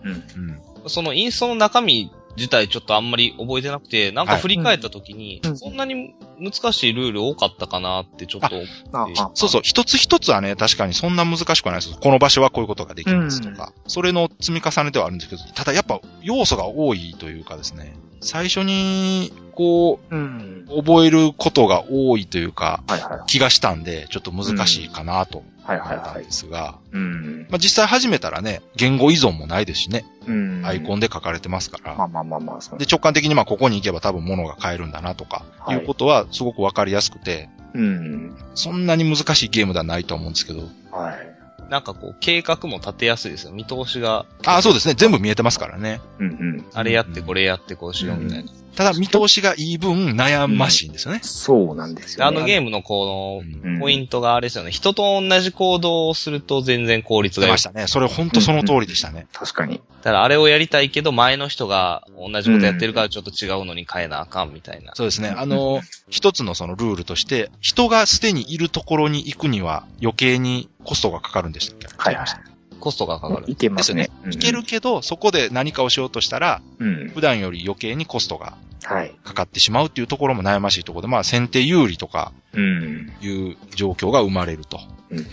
S3: うん。
S1: そのインストの中身自体ちょっとあんまり覚えてなくて、なんか振り返った時に、
S4: はいうん
S1: そんなに難しいルール多かったかなってちょっと思って。
S4: ああ
S3: そうそう。一つ一つはね、確かにそんな難しくはないです。この場所はこういうことができますとか。それの積み重ねではあるんですけど、ただやっぱ要素が多いというかですね。最初に、こう、
S4: うん。
S3: 覚えることが多いというか、
S4: はいは
S3: 気がしたんで、ちょっと難しいかなと
S4: い。はい
S3: 思
S4: はい
S3: った
S4: は
S3: ん
S4: い
S3: で。すが、
S4: うん。
S3: まあ実際始めたらね、言語依存もないですしね、
S4: うん。
S3: アイコ
S4: ン。
S3: ンで書かれてますから、
S4: まあまあまあまあ、そう
S3: で、直感的にまあここに行けば多分物が買えるんだなとか、
S4: はい
S3: い、うことはすごくわかりやすくて、
S4: うん。
S3: そんなに難しいゲームではないと思うんですけど、
S4: はい。
S1: なんかこう、計画も立てやすいですよ。見通しが、
S3: あ、そうですね、全部見えてますからね。
S4: うんうん。
S1: あれやってこれやってこうしようみたいな。
S3: ただ見通しがいい分悩ましいんですよね。
S4: そうなんです
S1: で
S4: よ。
S1: あのゲ
S4: ー
S1: ームのこの、
S3: うん
S1: ポイントがあれですよね。人と同じ行動をすると全然効率が
S3: 出
S1: 良
S3: ま
S1: い
S3: し。たね。それ本当その通りでしたね。
S4: 確かに。
S1: ただあれをやりたいけど、前の人が同じことやってるからちょっと違うのに変えなあかんみたいな。
S3: そうですね。
S4: うん
S3: あの、一つのそのルールとして、人がすでにいるところに行くには余計にコストがかかるんでしたっけ
S4: はいはい。
S1: コストがかかる。
S4: いけますね。
S3: いけるけど、そこで何かをしようとしたら、
S4: うん。
S3: 普段より余計にコストが
S4: はい。
S3: かかってしまうっていうところも悩ましいところで、まあ先手有利とか
S4: うん。
S3: いう状況が生まれると。
S4: うん。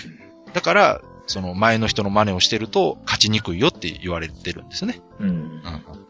S3: だから、その前の人の真似をしてると勝ちにくいよって言われてるんですね。
S4: うん
S3: う。ん。い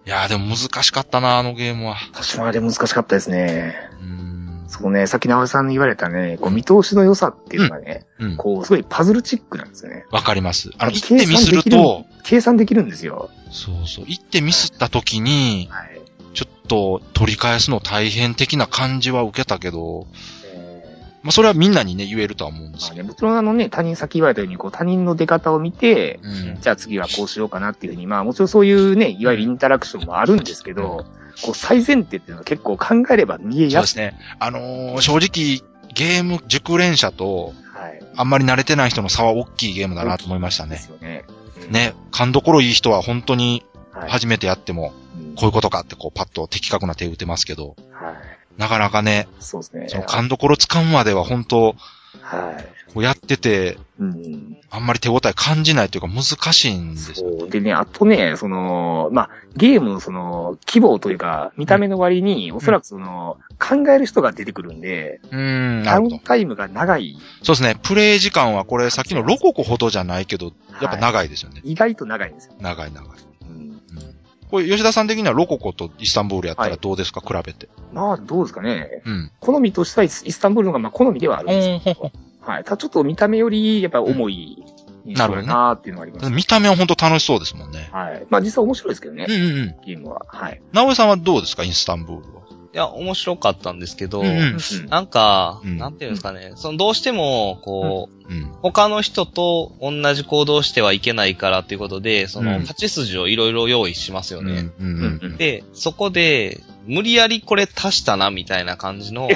S3: やーでも難しかったな、あのゲームは。
S4: 私もあれ難しかったですね
S3: う。ーん。
S4: そのね、さっき直江さんに言われたね、こう見通しの良さっていうのがね、
S3: うん。
S4: こう、すごいパズルチックなんですね。
S3: わかります。あの、
S4: 計
S3: 一
S4: 算
S3: 手ミスると、
S4: 計算できるんですよ。
S3: そうそう、一手ミスった時に、
S4: はい。
S3: ちょっと取り返すの大変的な感じは受けたけど、
S4: え
S3: まあそれはみんなにね、言えるとは思うんで
S4: ーますあ
S3: け
S4: ね、
S3: ど。
S4: もちろんあのね、他人、さっき言われたように、こう、他人の出方を見て、
S3: うん。
S4: じゃあ次はこうしようかなっていうふうに、まあもちろんそういうね、いわゆるインタラクションもあるんですけど、こう最前提っていうのは結構考えれば見え
S3: そう
S4: や
S3: ですすね。あのー正直、ゲーム熟練者と、
S4: い。はい。
S3: あんまり慣れてない人の差は大きいゲームだなと思いました
S4: で
S3: ね
S4: す。よね。
S3: ね、勘どころいい人は本当に
S4: はい。
S3: 初めてやっても、
S4: うん
S3: こういうことかってこうパッと的確な手打てますけど、
S4: はい。
S3: なかなかね、
S4: そうですね。
S3: その勘どころつかむまでは本当、
S4: はい。
S3: こうやってて、
S4: うん。
S3: あんまり手応え感じないというか難しいんですよ。
S4: そう。でね、あとね、その、まあ、ゲームのその、規模というか、見た目の割に、おそらくその、考える人が出てくるんで、
S3: うーん、な
S4: ダ
S3: る
S4: ウ
S3: ほ
S4: ン
S3: ど。
S4: タイムが長い。
S3: そうですね。プレイ時間はこれさっきのロココほどじゃないけど、やっぱ
S4: はい
S3: 長いですよね。
S4: 意外と長いんですよ。
S3: 長い長い。
S4: うん
S3: うんこれ吉田さん的にはロココとイスタンブールやった
S4: は
S3: ら
S4: い
S3: どうですか、比べて。
S4: まあ、どうですかね。
S3: うん。
S4: 好みとしてはイス、イスタンブールの方が、まあ、好みではあるんです
S3: おーほんほん
S4: はい。ただちょっと見た目より、やっぱ重い印象だなっていうのがあります。
S3: 見た目は本当楽しそうですもんね。
S4: はい。まあ実際面白いですけどね
S3: うん、うんうん。
S4: ゲームは。はい。
S3: 直江さんはどうですか、イスタンブールは。
S1: いや、面白かったんですけど、
S3: うんうん
S1: なんか、
S3: うん
S1: なんていうんですかね、そのどうしても、こう、
S3: うん。
S1: 他の人と同じ行動してはいけないからということで、その、
S3: うん
S1: 勝ち筋をいろいろ用意しますよね。
S3: うんうんうんうん
S1: で、そこで、無理やりこれ足したな、みたいな感じの、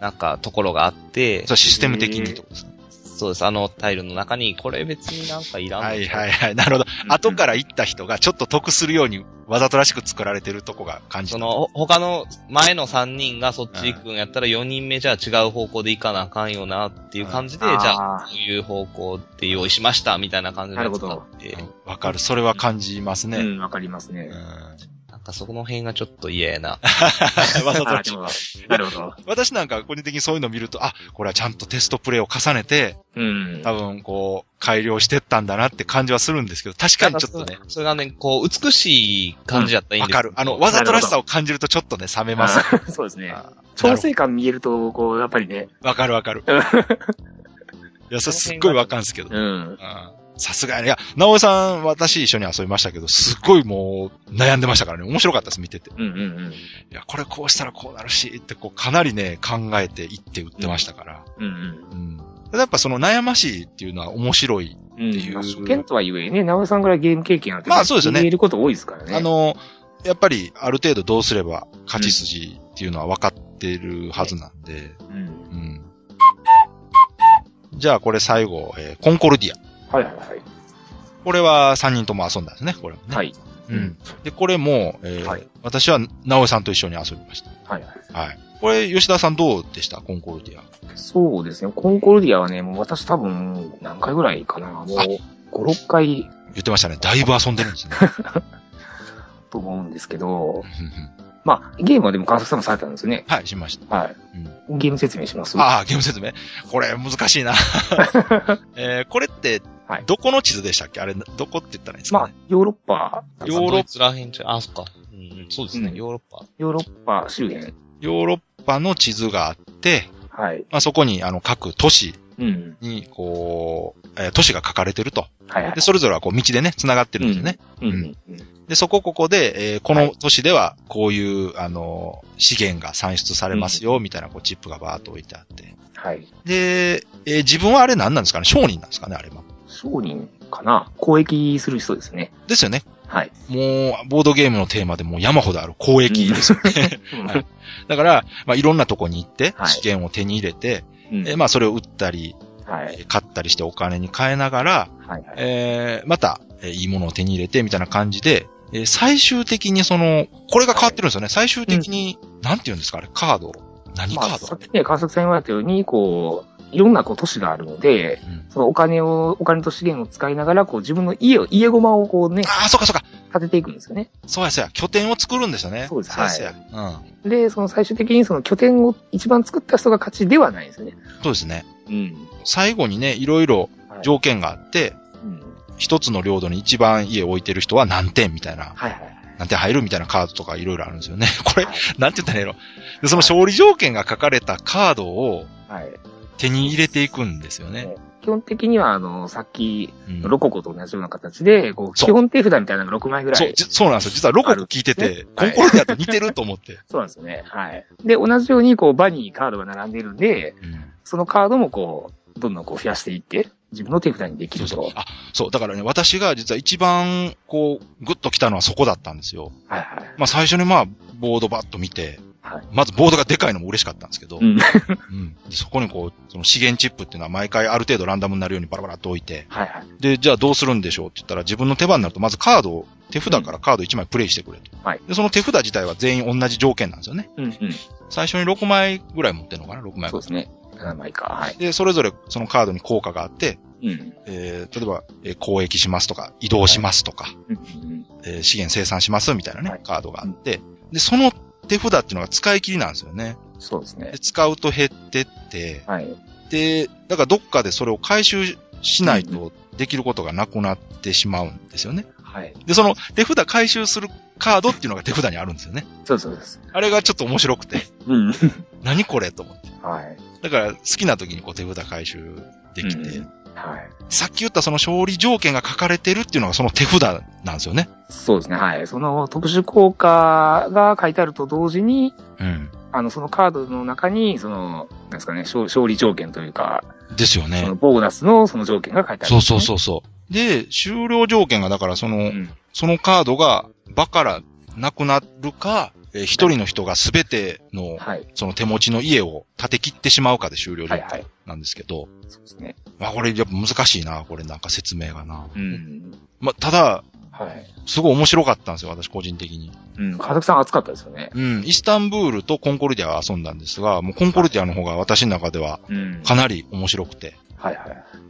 S1: なんか、ところがあって
S3: それ、はシステム的にってことですね。
S1: そうです、あのタイルの中に、これ別になんかいらんの
S3: はいはいはい。なるほど。後から行った人がちょっと得するようにわざとらしく作られてるとこが感じ
S1: そ
S3: た。
S1: の、ほ他の前の3人がそっち行くんやったら4人目じゃあ違う方向で行かなあかんよなっていう感じで、じ
S4: うん
S1: ゃ
S4: あー
S1: あこういう方向で用意しましたみたいな感じのやつがあって、
S3: わかる。それは感じます
S4: う
S3: ね。
S4: ん、わかります
S3: う
S4: ね
S3: ん。
S1: なんかそこの辺がちょっと嫌
S3: (laughs)
S1: やな。
S3: わざと
S4: あ
S3: ら
S4: で
S3: しく。
S4: もなるほど。
S3: 私なんか個人的にそういうの見ると、あ、これはちゃんとテストプレイを重ねて、
S4: うん。
S3: 多分こう、改良してったんだなって感じはするんですけど、確かにちょっとね、
S1: それがね、こう、美しい感じやったらいいん
S3: わ
S1: です
S3: か
S1: けど
S3: る。あの、わざとらしさを感じるとちょっとね、冷めます。
S4: あ (laughs) そうですね。
S3: あ
S4: 調整感見えると、こう、やっぱりね。
S3: わかるわかる。いや、それすっごいわかるんですけど。
S4: うん。
S3: うんさすがに。いや、直江さん、私一緒に遊びましたけど、すっごいもう、悩んでましたからね。面白かったです、見てて。い
S4: うんうんうん。
S3: や、これこうしたらこうなるし、ってこう、かなりね、考えていって売ってましたから。
S4: うん
S3: うん。やっぱその悩ましいっていうのは面白い。
S4: うん。
S3: っていう
S4: まあ初見とは言えね、直江さんぐらいゲーム経験あると
S3: まあそうですよね
S4: 見えること多いですからね。
S3: あ、の、やっぱり、ある程度どうすれば、勝ち筋っていうのは分かってるはずなんで、
S4: うん。
S3: うん。じゃあ、これ最後、えーコンコルディア。
S4: はいはいはい。
S3: これは3人とも遊んだんですね、これもね。
S4: はい。
S3: うん。で、これも、えー
S4: はい
S3: 私は、直江さんと一緒に遊びました。
S4: はいはい。
S3: はい。これ、吉田さんどうでしたコンコルディア。
S4: そうですね。コンコルディアはね、もう私多分、何回ぐらいかな。もう、
S3: あ
S4: 5、6回
S3: 言ってましたね。だいぶ遊んでる
S4: (laughs)
S3: んですね。
S4: と思うんですけど
S3: う、んうん
S4: まあ、ゲームはでも川崎さんもされたんですよね。
S3: はい、しました。
S4: はい。ゲーム説明します
S3: ああ、ゲーム説明これ、難
S4: (laughs)
S3: しいな。えーこれって
S4: はい、
S3: どこの地図でしたっけあれ、どこって言ったらいいんですか、
S4: ま
S3: ね
S4: あ、ヨーロッパ、
S1: なんか
S3: ヨーロッパ
S1: ドイツらへんじゃ、あ、そっか。うん、そうですね、
S4: うん
S1: ヨーロッパ。
S4: ヨーロッパ周辺。
S3: ヨーロッパの地図があって、
S4: はい。
S3: まあ、そこに、あの、各都市
S4: うん。
S3: に、こう、えー都市が書かれてると。
S4: はいはい
S3: で、。それぞれはこう、道でね、繋がってるんですよね。
S4: うん
S3: うんで、そこここで、えーこの都市では、こういう、あの、資源が産出されますよ、みたいな、こう、チップがバーっと置いてあって。
S4: はい。
S3: で、えー自分はあれ何なんですかね商人なんですかねあれは。
S4: 商人かな交易する人ですね。
S3: ですよね。
S4: はい。
S3: もう、ボードゲームのテーマでもう山ほどある交易ですよね。
S4: はい。
S3: だから、まあ、いろんなとこに行って
S4: は、い
S3: 資源を手に入れて、
S4: うん
S3: (laughs) えーまあ、それを売ったり、
S4: は
S3: え
S4: い。
S3: ー買ったりしてお金に変えながら、
S4: はいはい。
S3: えーまた、えーいいものを手に入れて、みたいな感じで、えー最終的にその、これが変わってるんですよね。最終的に、なんて言うんですかあれ、カード。何カ
S4: まあ、さ
S3: ー
S4: っきね、川崎さん言われたように、こう、いろんなこう都市があるので、
S3: ド、うん
S4: そのお金を、お金と資源を使いながら、こう自分の家を、家駒をこうね、
S3: ああ、そうかそうか。
S4: 建てていくんですよね。
S3: そうやそうや。拠点を作るんですよね。
S4: そうです
S3: やそうや。うん。
S4: で、その最終的にその拠点を一番作った人が勝ちではないんですよね。
S3: そうですね。
S4: うん。
S3: 最後にね、いろいろ
S4: はい
S3: 条件があって、
S4: うん
S3: 一つの領土に一番家を置いてる人は何点みたいな
S4: はいはいはい。
S3: 何点入るみたいなカードとかいろいろあるんですよね。これ、
S4: はい
S3: なんて言ったらいいのでその勝利条件が書かれたカードを
S4: はい。
S3: 手に入れていくんですよね。
S4: 基本的には、あの、さっき
S3: うん
S4: のロココと同じような形で、こう、
S3: そう
S4: 基本手札みたいなのが6枚ぐら
S3: そう
S4: い、。
S3: じそうなんですよ。実はロココ聞いてて、コンコルディアと似てると
S4: (laughs)
S3: 思って。
S4: そうなんですよね。はい。で、同じように、こう、場にカードが並んでいるんで、
S3: うん
S4: そのカードもこう、どんどんこう増やしていって、自分の手札にでき
S3: そ
S4: る
S3: う
S4: と。
S3: そう。あ、そう。だからね、私が実は一番、こう、グッと来たのはそこだったんですよ。
S4: はいはい。
S3: まあ最初にまあ、ボードバッと見て、
S4: はい
S3: まずボードがでかいのも嬉しかったんですけど、
S4: うん
S3: うんでそこにこう、その資源チップっていうのは毎回ある程度ランダムになるようにバラバラっと置いて、
S4: はいはい。
S3: で、じゃあどうするんでしょうって言ったら自分の手番になるとまずカードを、手札からカード1枚プレイしてくれと。
S4: はい
S3: で、その手札自体は全員同じ条件なんですよね。
S4: うんうん。
S3: 最初に6枚ぐらい持ってるのかな ?6 枚
S4: そうですね。7枚か。はい。
S3: で、それぞれそのカードに効果があって、
S4: うん。
S3: えー例えば、えー攻撃しますとか、移動しますとか、
S4: うんうん
S3: えー資源生産しますみたいなね、
S4: はい
S3: カードがあって、で、その手札っていうのが使い切りなんですよね。
S4: うん。そうですね
S3: で。使うと減ってって、
S4: はい。
S3: で、だからどっかでそれを回収しないとできることがなくなってしまうんですよね。
S4: はい。
S3: で、その手札回収するカードっていうのが手札にあるんですよね。
S4: そうそうです。
S3: あれがちょっと面白くて、
S4: うん。
S3: 何これと思って。
S4: はい。
S3: だから好きな時にこう手札回収できて、
S4: うんはい。
S3: さっき言ったその勝利条件が書かれてるっていうのがその手札なんですよね。
S4: そうですね。はい。その特殊効果が書いてあると同時に、
S3: うん。
S4: あの、そのカードの中に、その、なんですかね、勝勝利条件というか、
S3: ですよ
S4: そ
S3: ね
S4: の。ボーナスのその条件が書いてある、
S3: そうそう
S4: う。
S3: そうそう。で、終了条件がだからその、
S4: うん。
S3: そのカードが場からなくなるか、えー一人の人がすべての、
S4: はい。
S3: その手持ちの家を立て切ってしまうかで終了条
S4: はいは
S3: 件
S4: い。
S3: なんですけど、
S4: そうですね。
S3: まあこれやっぱ難しいな、これなんか説明がな。
S4: うん。
S3: まあただ、
S4: はい。
S3: すごい面白かったんですよ、私個人的に。
S4: うん。川崎さん熱かったですよね。
S3: うん、イスタンブールとコンコルディアは遊んだんですが、もうコンコルディアの方が私の中では
S4: うん。
S3: かなり面白くて、
S4: はいはい。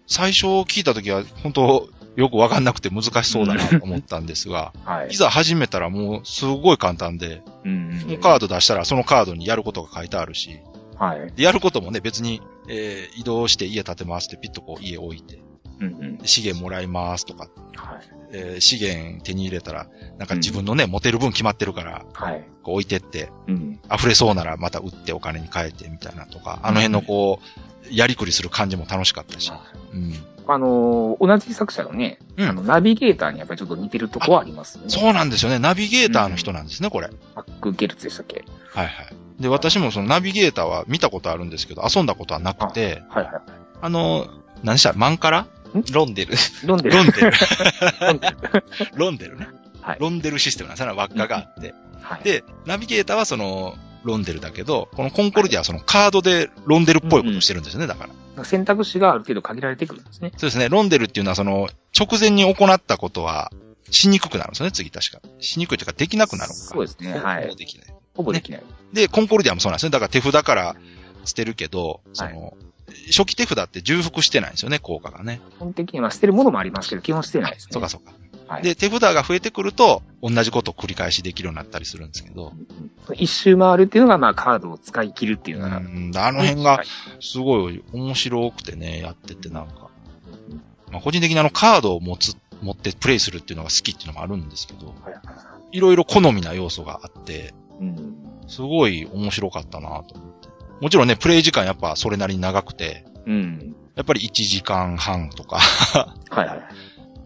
S3: 最初聞いた時は本当よくわかんなくて難しそうだなと思ったんですが、
S4: はい
S3: い。ざ始めたらもうすごい簡単で、
S4: うん
S3: もうカード出したらそのカードにやることが書いてあるし、
S4: はい。
S3: でやることもね、別に、えー移動して家建てますってピッとこう家置いて、
S4: うんうん。
S3: で資源もらいますとか、
S4: はい。
S3: えー資源手に入れたら、なんか自分のね、持てる分決まってるから、
S4: はい。
S3: こう置いてって、
S4: うん。
S3: 溢れそうならまた売ってお金に変えてみたいなとか、あの辺のこう、やりくりする感じも楽しかったし、うん。
S4: あのー同じ作者のね、
S3: うん
S4: あの、ナビゲーターにやっぱりちょっと似てるとこはありますね。
S3: そうなんですよね。ナビゲーターの人なんですね、これ。
S4: マック・ゲルツでしたっけ
S3: はいはい。で、私もそのナビゲーターは見たことあるんですけど、遊んだことはなくて、
S4: はいは
S3: あの、何でしたマンカラ
S1: ロンデル。
S4: い。 (laughs) ロンデル。
S3: ロンデル。
S4: ロンデル。
S3: (laughs) ロンデルね。
S4: はい。
S3: ロンデルシステムなんですよね。輪っかがあって。
S4: はい。
S3: で、ナビゲーターはその、ロンデルだけど、このコンコルディアはそのカードでロンデルっぽいことをしてるんですよね、だから。
S4: 選択肢がある程度限られてくるんですね。
S3: そうですね。ロンデルっていうのはその、直前に行ったことは、しにくくなるんですよね、次確か。しにくいというか、できなくなるのか。
S4: そうですね。
S3: ほぼ
S4: は
S3: ほぼ
S4: い。
S3: できない。
S4: ほぼできない。
S3: で、コンコルディアもそうなんですね。だから手札から捨てるけど、その、初期手札って重複してないんですよね、効果がね。
S4: 基本的には捨てるものもありますけど、基本捨てないですね。
S3: そうかそうか。
S4: はい
S3: で、手札が増えてくると、同じことを繰り返しできるようになったりするんですけ
S4: う
S3: ど、
S4: ん一周回るっていうのが、まあ、カードを使い切るっていううのが。
S3: ん、あの辺が
S4: はい
S3: すごい面白くてね、やっててなんか。まあ、個人的にあのカードを持つ、持ってプレイするっていうのが好きっていうのもあるんですけど、
S4: はいはい
S3: ろいろ好みな要素があって、
S4: いうん。
S3: すごい面白かったなと思って。もちろんね、プレイ時間やっぱそれなりに長くて、
S4: うん。
S3: やっぱり1時間半とか
S4: はいはい。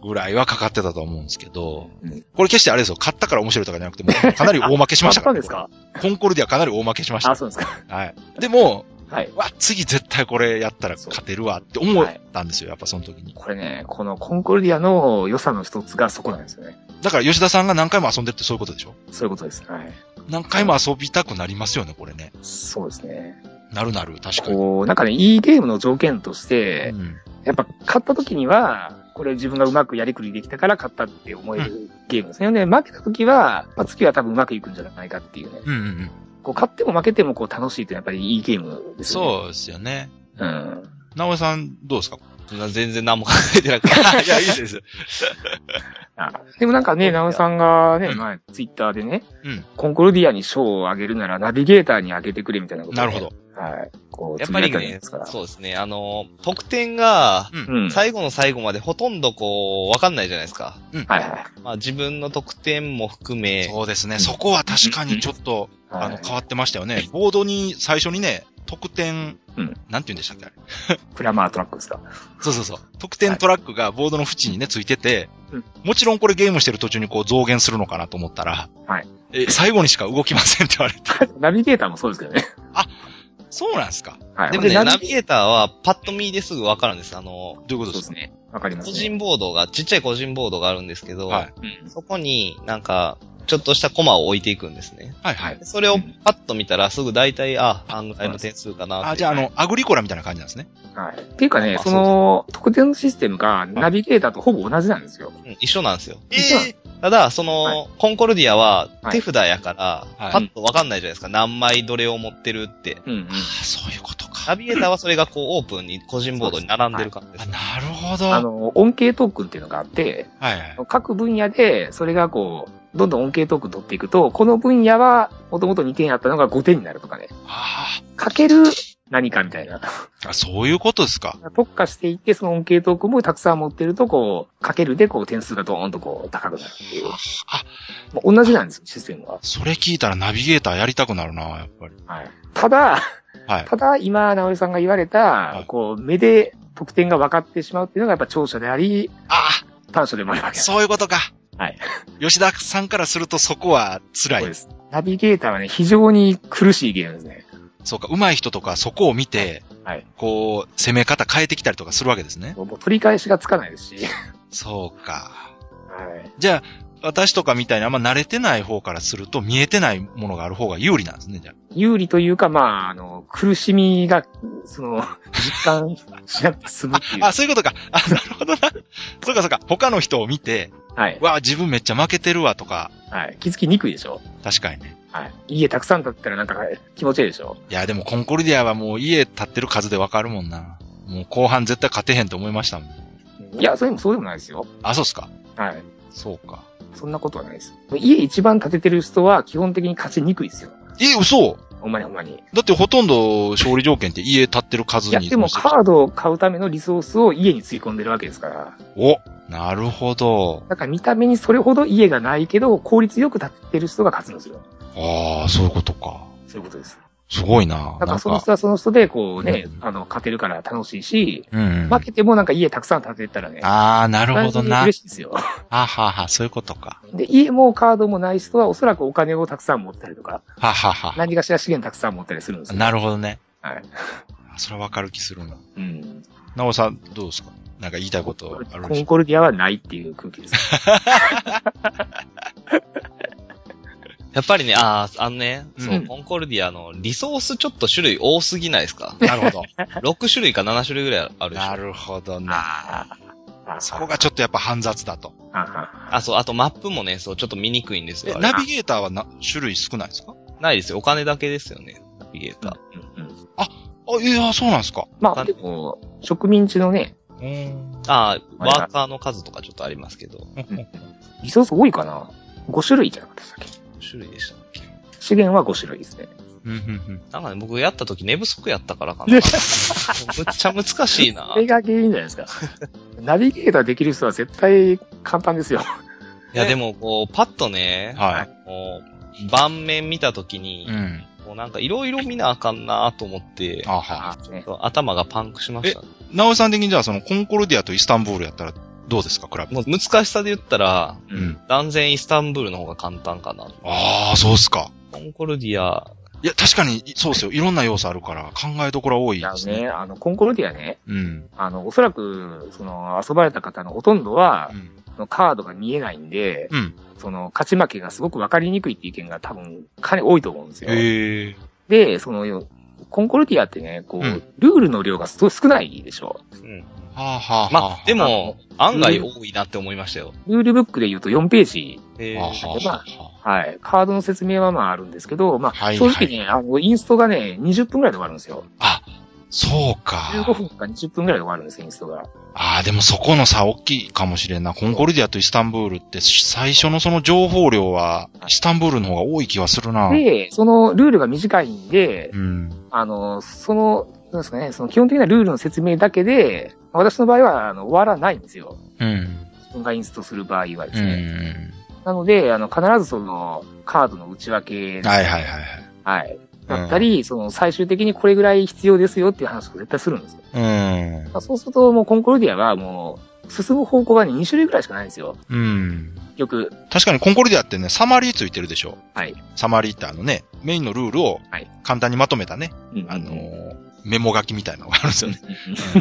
S3: ぐらいはかかってたと思うんですけど、
S4: うん
S3: これ決してあれですよ、買ったから面白いとかじゃなくて、もうかなり大負けしました
S4: あ
S3: か
S4: った (laughs)
S3: ら、
S4: ん
S3: ね。
S4: ですか
S3: コンコルディアかなり大負けしました
S4: あ、。そうですか。
S3: はい。でも、
S4: はい。
S3: わ、次絶対これやったら勝てるわって思ったんですよ、やっぱその時に。
S4: これね、このコンコルディアの良さの一つがそこなんですよね。
S3: だから吉田さんが何回も遊んでるってそういうことでしょ
S4: そういうことです。はい。
S3: 何回も遊びたくなりますよね、これね。
S4: そうですね。
S3: なるなる、確かに。
S4: こう、なんかね、いいゲームの条件として
S3: う、ん
S4: やっぱ勝った時には、これ自分がうまくやりくりできたから勝ったって思えるゲームですよね。負けた時は、まあ、次は多分うまくいくんじゃないかっていうね。
S3: うんうん
S4: こう、勝っても負けてもこう楽しいってやっぱりいいゲーム
S3: うん。
S4: ですよね。
S3: そうですよね。
S4: そう。うん。
S3: 直江さん、どうですか
S1: な全然何も考えてなくて。
S3: (laughs) いや、いいです。
S4: あでもなんかね、ナウさんがね、前、ツイッターでね、
S3: うん
S4: コンコルディアに賞をあげるならナビゲーターにあげてくれみたいなこと、
S3: なるほど。。
S4: はい。こう、
S1: (laughs) やっぱり
S4: つぶやいたん
S1: ね
S4: ですから、。
S1: そうですね。あの、得点が、
S3: う
S4: うん。はい
S1: 最後の最後までほとんどこう、わかんないじゃないですか。
S4: はい。
S1: まあ自分の得点も含め、
S3: そうですね。そこは確かにちょっと、あ
S4: は
S3: の、
S4: い、
S3: 変わってましたよね。ボードに最初にね、得点、
S4: うん
S3: なんて言うんでしたっけあれ
S4: プラマートラックですか。
S3: そうそうそう。得点トラックがボードの縁にね、ついてて
S4: うん、
S3: もちろんこれゲームしてる途中にこう増減するのかなと思ったら、
S4: はい
S3: え、最後にしか動きませんって言われて。 (laughs)
S4: ナビゲーターもそうですけどね。
S3: そうなんですか
S4: はい。
S1: でもね、
S4: ナビ
S1: ナビゲーターはパッと見ですぐわかるんです。あの、
S3: どういうこと
S4: そう
S3: で
S4: ですす
S3: か
S4: ね。わかりま
S1: 個
S4: す、ね。
S1: 人ボードが、ちっちゃい個人ボードがあるんですけど、
S3: はい。
S4: うん
S1: そこになんか、ちょっとしたコマを置いていくんですね。
S3: はいはい。
S1: それをパッと見たらすぐ大体、あ、あの、あの点数かなって。
S3: あ、じゃああの、アグリコラみたいな感じなんですね。
S4: はい。っていうかね
S1: あ、
S4: その、得点のシステムがナビゲーターとほぼ同じなんですよ。
S1: うん一緒なんですよ。
S4: 一緒なん
S3: え
S1: ただ、その、
S4: は
S1: コンコルディアは
S4: はい
S1: 手札やから、
S3: はい
S1: パッとわかんないじゃないですか。何枚どれを持ってるって。
S4: うんうん
S3: あ。ーそういうことか。
S1: ナビゲーターはそれがこうオープンに個人ボードに並んでる感じで
S3: あ
S1: す。
S3: なるほど。
S4: あ
S3: はい
S4: の、恩恵トークンっていうのがあって、
S3: はい。
S4: 各分野で、それがこう、どんどん恩恵トークン取っていくと、この分野は、もともと2点あったのが5点になるとかね。
S3: あ
S4: かける何かみたいな。
S3: ーあ、そういうことですか。
S4: 特化していって、その恩恵トークンもたくさん持ってると、こう、かけるで、こう、点数がドーンとこう、高くなるっていう。
S3: あ
S4: まあ、同じなんですよ、システムは。
S3: それ聞いたらナビゲーターやりたくなるな、やっぱり。
S4: はい。ただ、
S3: はい。
S4: ただ、今、直江さんが言われ
S3: い
S4: た、こう、目で得点が分かってしまうっていうのが、やっぱ長所であり、
S3: あ
S4: 短所でもあるわけ
S3: あ、
S4: です。
S3: そういうことか。
S4: はい。
S3: 吉田さんからするとそこは辛い
S4: そう。です。ナビゲーターはね、非常に苦しいゲームですね。
S3: そうか、上手い人とかそこを見て、
S4: はい
S3: こう、攻め方変えてきたりとかするわけですね。
S4: もうもう取り返しがつかないですし。
S3: そうか。
S4: はい。
S3: じゃあ、私とかみたいにあんま慣れてない方からすると、見えてないものがある方が有利なんですね、じゃ
S4: 有利というか、まあ、あの、苦しみが、その、実感しなくて済むってい
S3: あ。
S4: う
S3: あ、。そういうことか。あ、なるほどな。 (laughs) そうかそうか。他の人を見て、
S4: はい。
S3: わあ、自分めっちゃ負けてるわとか、
S4: はい。気づきにくいでしょ
S3: 確かにね。
S4: はい。家たくさん建ったらなんか気持ちいいでしょ
S3: いや、でもコンコルディアはもう家立ってる数でわかるもんな。もう後半絶対勝てへんと思いましたもん。
S4: いや、それもそうでもないですよ。
S3: あ、そうっすか。
S4: はい。
S3: そうか。
S4: そんなことはないです。家一番建ててる人は基本的に勝ちにくいですよ。
S3: え、嘘
S4: ほんまにほんまに。
S3: だってほとんど勝利条件って家立ってる数
S4: い
S3: に。
S4: や、でもカードを買うためのリソースを家につい込んでるわけですから。
S3: お、なるほど。
S4: だから見た目にそれほど家がないけど、効率よく建ててる人が勝つんですよ。
S3: ああ、そういうことか。
S4: そういうことです。
S3: すごいな。
S4: だか
S3: な
S4: ら
S3: ん
S4: その
S3: か、
S4: 人はその人で、こうね
S3: う、ん
S4: あの、勝てるから楽しいし、
S3: うん。
S4: 負けてもなんか家たくさん建てたらね、
S3: ああ、なるほ
S4: 単
S3: ど
S4: 純に
S3: な。
S4: 嬉しいですよ。
S3: ははは、そういうことか。
S4: で、家もカードもない人はおそらくお金をたくさん持ったりとか、
S3: ははは。
S4: 何かしら資源たくさん持ったりするんですよ。
S3: なるほどね。
S4: はい。
S3: あそれはわかる気するな。
S4: うん。
S3: なおさん、どうですかなんか言いたいことある
S4: コ
S3: でし
S4: ン
S3: ょ
S4: コルディアはないっていう空気です。
S1: やっぱりね、あーあのね、そうう、
S4: ん
S1: コンコルディアのリソースちょっと種類多すぎないですか
S3: なるほど。
S1: ?6 種類か7種類ぐらいあるでし
S3: な
S1: ょ。
S3: るほどね。
S4: ああ。
S3: そこがちょっとやっぱ煩雑だと。
S4: あ
S1: あ、そう、あとマップもね、そう、ちょっと見にくいんです
S3: え
S1: よ。あれ
S3: ナビゲーターはな種類少ないですか
S1: ないですよ。お金だけですよね、ナビゲーター。
S4: うんうん
S3: あ、いや、そうなんですか。
S4: まあ、でも、植民地のね、
S3: うーん。
S1: ああ、
S4: あれだ
S1: ワーカーの数とかちょっとありますけど、
S4: リソース多いかな ?5 種類じゃなかったっけ
S1: 種類でしたっけ
S4: 資源は5種類ですね。
S3: うんうん
S1: なんかね、僕やった時寝不足やったからか
S3: (laughs)
S1: な。むっちゃ難しいな
S4: そ。れが原因じゃない
S3: (laughs)
S4: ですか。ナビゲーターできる人は絶対簡単ですよ。
S1: いや、でも、こう、パッとね
S3: うん、は
S1: もう、盤面見た時
S3: い。
S1: に
S3: う、ん。
S1: もうなんかいろいろ見なあかんなと思って、
S3: あは。
S4: ね
S1: 頭がパンクしましたね。
S3: なおさん的にじゃあそのコンコルディアとイスタンブールやったらどうですか比べて。
S1: もう難しさで言ったら、
S4: う
S3: うん。
S1: 断然イスタンブールの方が簡単かな。
S3: ああ、そうっすか。
S1: コンコルディア、
S3: いや、確かに、そうですよ。いろんな要素あるから、考えどころは多い
S4: い
S3: で
S4: や
S3: すね。
S4: ね、あの、コンコルディアね、
S3: うん。
S4: あの、おそらく、その、遊ばれた方のほとんどは
S3: う、ん。
S4: そのカードが見えないんで、
S3: うん。
S4: その、勝ち負けがすごく分かりにくいっていう意見が多分、かなり多いと思うんですよ。
S3: へえ。
S4: で、その、コンコルディアってね、こう、
S3: うん
S4: ルールの量がすごい少ないでしょ。
S1: うん。
S3: はあはあはあ。
S1: まあ、でも、案外多いなって思いましたよ。
S4: ルールブックで言うと4ページ、
S1: え
S3: はあ
S1: ー
S3: はあはあ。
S4: はい、カードの説明はまああるんですけど、ま
S3: は
S4: あ、
S3: い
S4: 正直ね、あの、インストがね、20分くらいで終わるんですよ。
S3: あ、そうか。
S4: 15分か20分くらいで終わるんですよ、インストが。
S3: ああ、でもそこの差大きいかもしれんな。コンコルディアとイスタンブールって最初のその情報量は、イスタンブールの方が多い気はするな。
S4: で、そのルールが短いんで、
S3: うん。
S4: あの、その、なんですかね、その基本的なルールの説明だけで、私の場合はあの終わらないんですよ。
S3: うん。
S4: 自分がインストする場合はで
S3: う
S4: すね。
S3: ん。
S4: なので、あの、必ずその、カードの内訳、
S3: はいはいはいはい。
S4: はい。だったり、その、最終的にこれぐらい必要ですよっていう話を絶対するんですよ。
S3: うん
S4: ま。あそうすると、もうコンコルディアはもう、進む方向がね、2種類ぐらいしかないんですよ。
S3: うん。
S4: 結局。
S3: 確かにコンコルディアってね、サマリーついてるでしょ。
S4: はい。
S3: サマリーってあのね、メインのルールを
S4: はい
S3: 簡単にまとめたね、
S4: うん
S3: あのーメモ書きみたいなのがあるんですよね。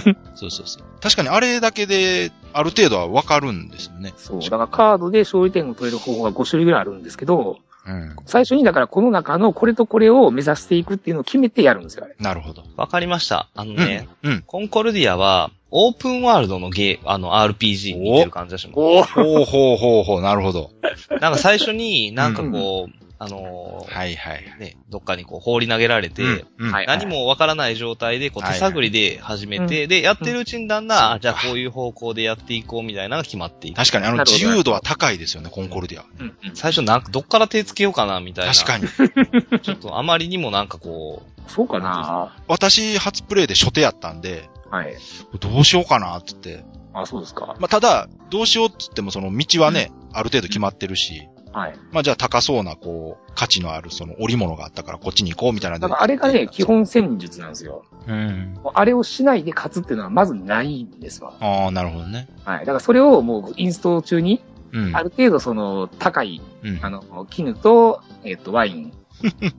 S4: うん
S3: そうそうそう。確かにあれだけで、ある程度はわかるんですよね。
S4: そう。だからカードで勝利点を取れる方法が5種類ぐらいあるんですけど、
S3: うん。
S4: 最初にだからこの中のこれとこれを目指していくっていうのを決めてやるんですよ、あれ。
S3: なるほど。
S1: わかりました。あの
S3: うん。
S1: ね、
S3: うん。
S1: コンコルディアは、オープンワールドのゲー、あの、RPG に似てる感じがしま
S4: お
S3: ほうほうほうほう、なるほど。
S1: す。なんか最初になんかこう、あのー
S3: はいはい。
S1: ね、どっかにこう放り投げられて、
S3: うん、うん
S4: はい
S1: 何もわからない状態で、こう
S3: はい
S1: 手探りで始めて、
S4: はい
S1: で、やってるうちにだんだん、
S3: うん
S1: あじゃあこういう方向でやっていこうみたいなのが決まっていく。
S3: 確かにあの
S4: なるほ
S3: 自
S4: ど
S3: 由度は高いですよね、コンコルディア。
S4: うんうん
S1: 最初なんか、どっから手つけようかなみたいな。
S3: 確かに。
S1: に。ちょっとあまりにもなんかこう、
S4: そうかな
S3: 私、初プレイで初手やったんで、
S4: はい。
S3: どうしようかなって言って。
S4: あ、そうですか。
S3: まあ、ただ、どうしようって言っても、その道はね、ある程度決まってるし、
S4: はい。
S3: まあ、じゃあ高そうな、こう、価値のある、その織物があったから、こっちに行こうみたいな。
S4: だからあれがね、基。本戦術なんですよ。
S3: うん。
S4: もうあれをしないで勝つっていうのはまずないんですわ。
S3: ああ、なるほどね。
S4: はい。だからそれをもうインスト中に、
S3: うん。
S4: ある程度その高い、
S3: うん。
S4: あの、絹と、えっ、と、ワイ
S3: (laughs)
S4: ン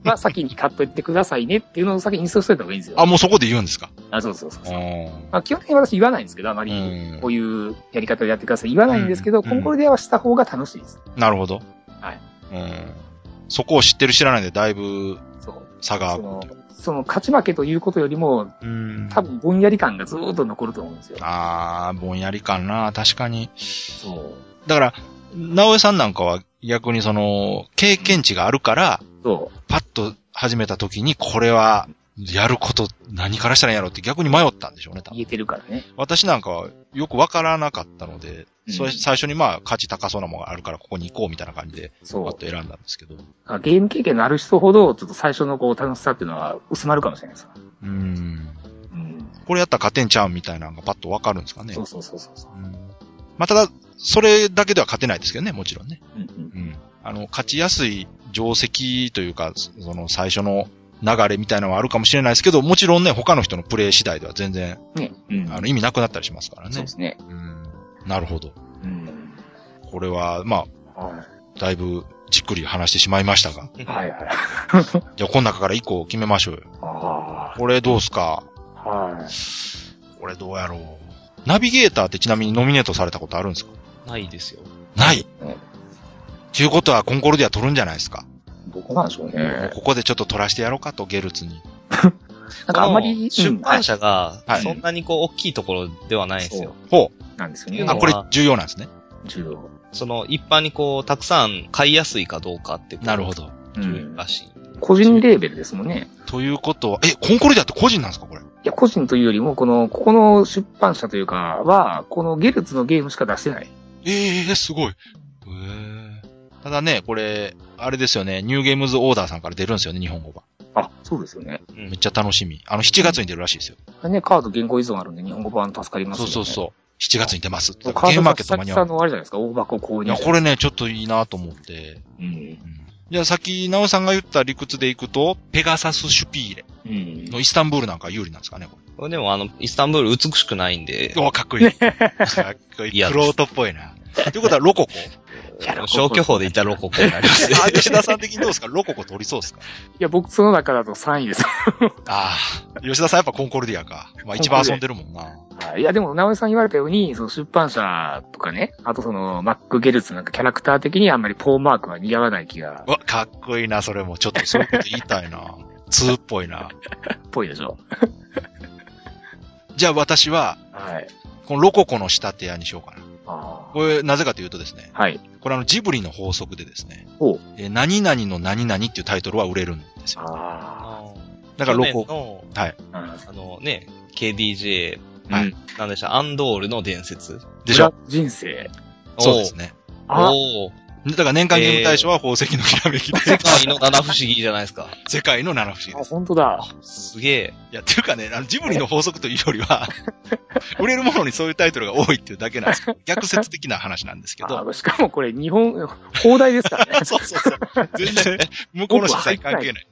S4: は先に買っといてくださいねっていうのを先にインストしといた方がいいんですよ。
S3: あ、もうそこで言うんですか。
S4: あ、そうそうそう
S3: あ
S4: そう。
S3: ー
S4: まあ、基本的に私言わないんですけど、あま
S3: う
S4: り
S3: ん
S4: こ。ういうやり方をやってください言わないんですけど、
S3: うん
S4: コンコルディアはした方が楽しいです。
S3: なるほど。
S4: はい。
S3: うん。そこを知ってる知らないで、だいぶ
S4: そう。
S3: 差があ
S4: そ
S3: る
S4: の、その勝ち負けということよりも、
S3: うん
S4: 多分ぼんやり感がずーっと残ると思うんですよ。
S3: ああ、ぼんやり感な、確かに。
S4: そう。
S3: だから、直江さんなんかは逆にその、経験値があるから、
S4: そ
S3: パッと始めた時に、これは、やること何からしたらいいんやろうって逆に迷ったんでしょうね、多
S4: う。
S3: 分
S4: 言えてるからね。
S3: 私なんかはよくわからなかったので、
S4: うん
S3: それ最初にまあ価値高そうなものがあるからここに行こうみたいな感じで、
S4: そ
S3: パッ
S4: う
S3: と。選んだんですけど。
S4: あゲーム経験のある人ほど、ちょっと最初のこう楽しさっていうのは薄まるかもしれないです。
S3: うん。
S4: うん。
S3: これやったら勝てんちゃうみたいなのがパッとわかるんですかね。
S4: そうそうそうそうそう。
S3: うんまあ、ただ、それだけでは勝てないですけどね、もちろんね。
S4: うんうん。
S3: うん。あの、勝ちやすい定石というか、そその最初の流れみたいなのはあるかもしれないですけど、もちろんね、他の人のプレイ次第では全然、
S4: ね。うん。
S3: あの、意味なくなったりしますから
S4: そう
S3: ね
S4: で。すね。
S3: うん。なるほど。
S4: うん。
S3: これは、ま
S4: は
S3: あ、だいぶじっくり話してしまいましたが。
S4: い。はいはい。
S3: じゃあ、この中から一個決めましょうよ。
S4: あ
S3: これどうすか
S4: あ。はい。
S3: これどうやろう。ナビゲーターってちなみにノミネートされたことあるんですか
S1: ないですよ。
S3: ない。
S4: ね
S3: ということは、コンコルディア取るんじゃないですか。
S4: どこなんでしょうね。
S3: ここでちょっと取らせてやろうかと、ゲルツに。
S4: なんかあんまり、
S1: 出版社が
S3: はい、
S1: そんなにこう、大きいところではないんですよ。
S3: ほう。
S4: うんなんですよ
S1: っていう
S4: ね。
S1: の
S3: あ、
S1: は
S3: これ重要なんですね。
S4: 重要。
S1: その、一般にこう、たくさん買いやすいかどうかって。
S3: なるほ。ど。
S4: うん
S1: らしい。
S4: 個人レーベルですもんね。
S3: ということは、え、コンコルディアって個人なんですかこれ。
S4: いや、個人というよりも、この、ここの出版社というか、は、このゲルツのゲームしか出してない。
S3: ええすごい。えただね、これ、あれですよね、ニューゲームズオーダーさんから出るんですよね、日本語版。
S4: あ、そうですよね。
S1: うん
S3: めっちゃ楽しみ。あの、7月に出るらしいですよ。
S4: あれね、カード言語依存あるんで、日本語版助かります
S3: そ
S4: よ
S3: う
S4: ね。
S3: そうそう。7月に出ます。ゲ
S4: もうカー
S3: ーム
S4: ド
S3: マ
S4: が
S3: ーケット間に
S4: 久
S3: 合
S4: 々
S3: わ
S4: のあれじゃないですか、大箱購
S3: ない。い
S4: 入。
S3: や、これね、ちょっといいなと思って。
S4: うん。
S3: うんじゃあ、さっき、ナオさんが言った理屈でいくと、ペガサス・シュピーレ
S4: うん。
S3: のイスタンブールなんか有利なんですかね、こ
S1: これでもあの、イスタンブール美しくないんで
S3: れ。、おかっこいい。 (laughs) かっこい
S1: い
S3: い。
S1: や
S3: クロートっぽいな。ということは、ロココ
S4: やろ
S1: 消去法で言ったらロココになりますね。
S3: あ吉田さん的にどうですか (laughs) ロココ取りそうですか
S4: いや、僕その中だと3位です。 (laughs)
S3: ああ。吉田さんやっぱコンコルディアか。まあ一番遊んでるもんな。
S4: いや、でも、直江さん言われたように、その出版社とかね、あとその、マック・ゲルツなんかキャラクター的にあんまりポーマークは似合わない気が
S3: う、わ、かっこいいな、それも。ちょっとそういうこと言いたいな。 (laughs) 通っぽいな。
S4: っぽいでしょ。
S3: じゃあ私は、
S4: はい。
S3: このロココの仕立て屋にしようかな。
S4: あ
S3: これ、なぜかというとですね
S4: ー、はい。
S3: これあのジブリの法則でですね
S4: ほう、
S3: えー何々の何々っていうタイトルは売れるんですよ。
S4: あ
S1: あ
S3: だからロ
S1: 去年
S3: コ、
S1: の、
S4: うん
S1: あのね、KDJ、
S3: はい
S4: うん
S1: なんでした、アンドールの伝説。
S3: でしょ
S4: 裏人生。
S3: そうですね。
S4: あ、
S1: おー
S3: だから年間ゲーム大賞は宝石のきらめきで、 (laughs)
S1: 世界の七不思議じゃないですか。
S3: 世界の七不思議
S4: あ
S3: です。
S4: 本当だ。
S1: すげえ。
S3: いや、っていうかね、あの、ジブリの法則というより (laughs) は、売れるものにそういうタイトルが多いっていうだけなんですけど、逆説的な話なんですけど、
S4: あしかもこれ日本、放題ですからね (laughs)
S3: (laughs) 。そうそうそう。全然、向こうの主催関係ない。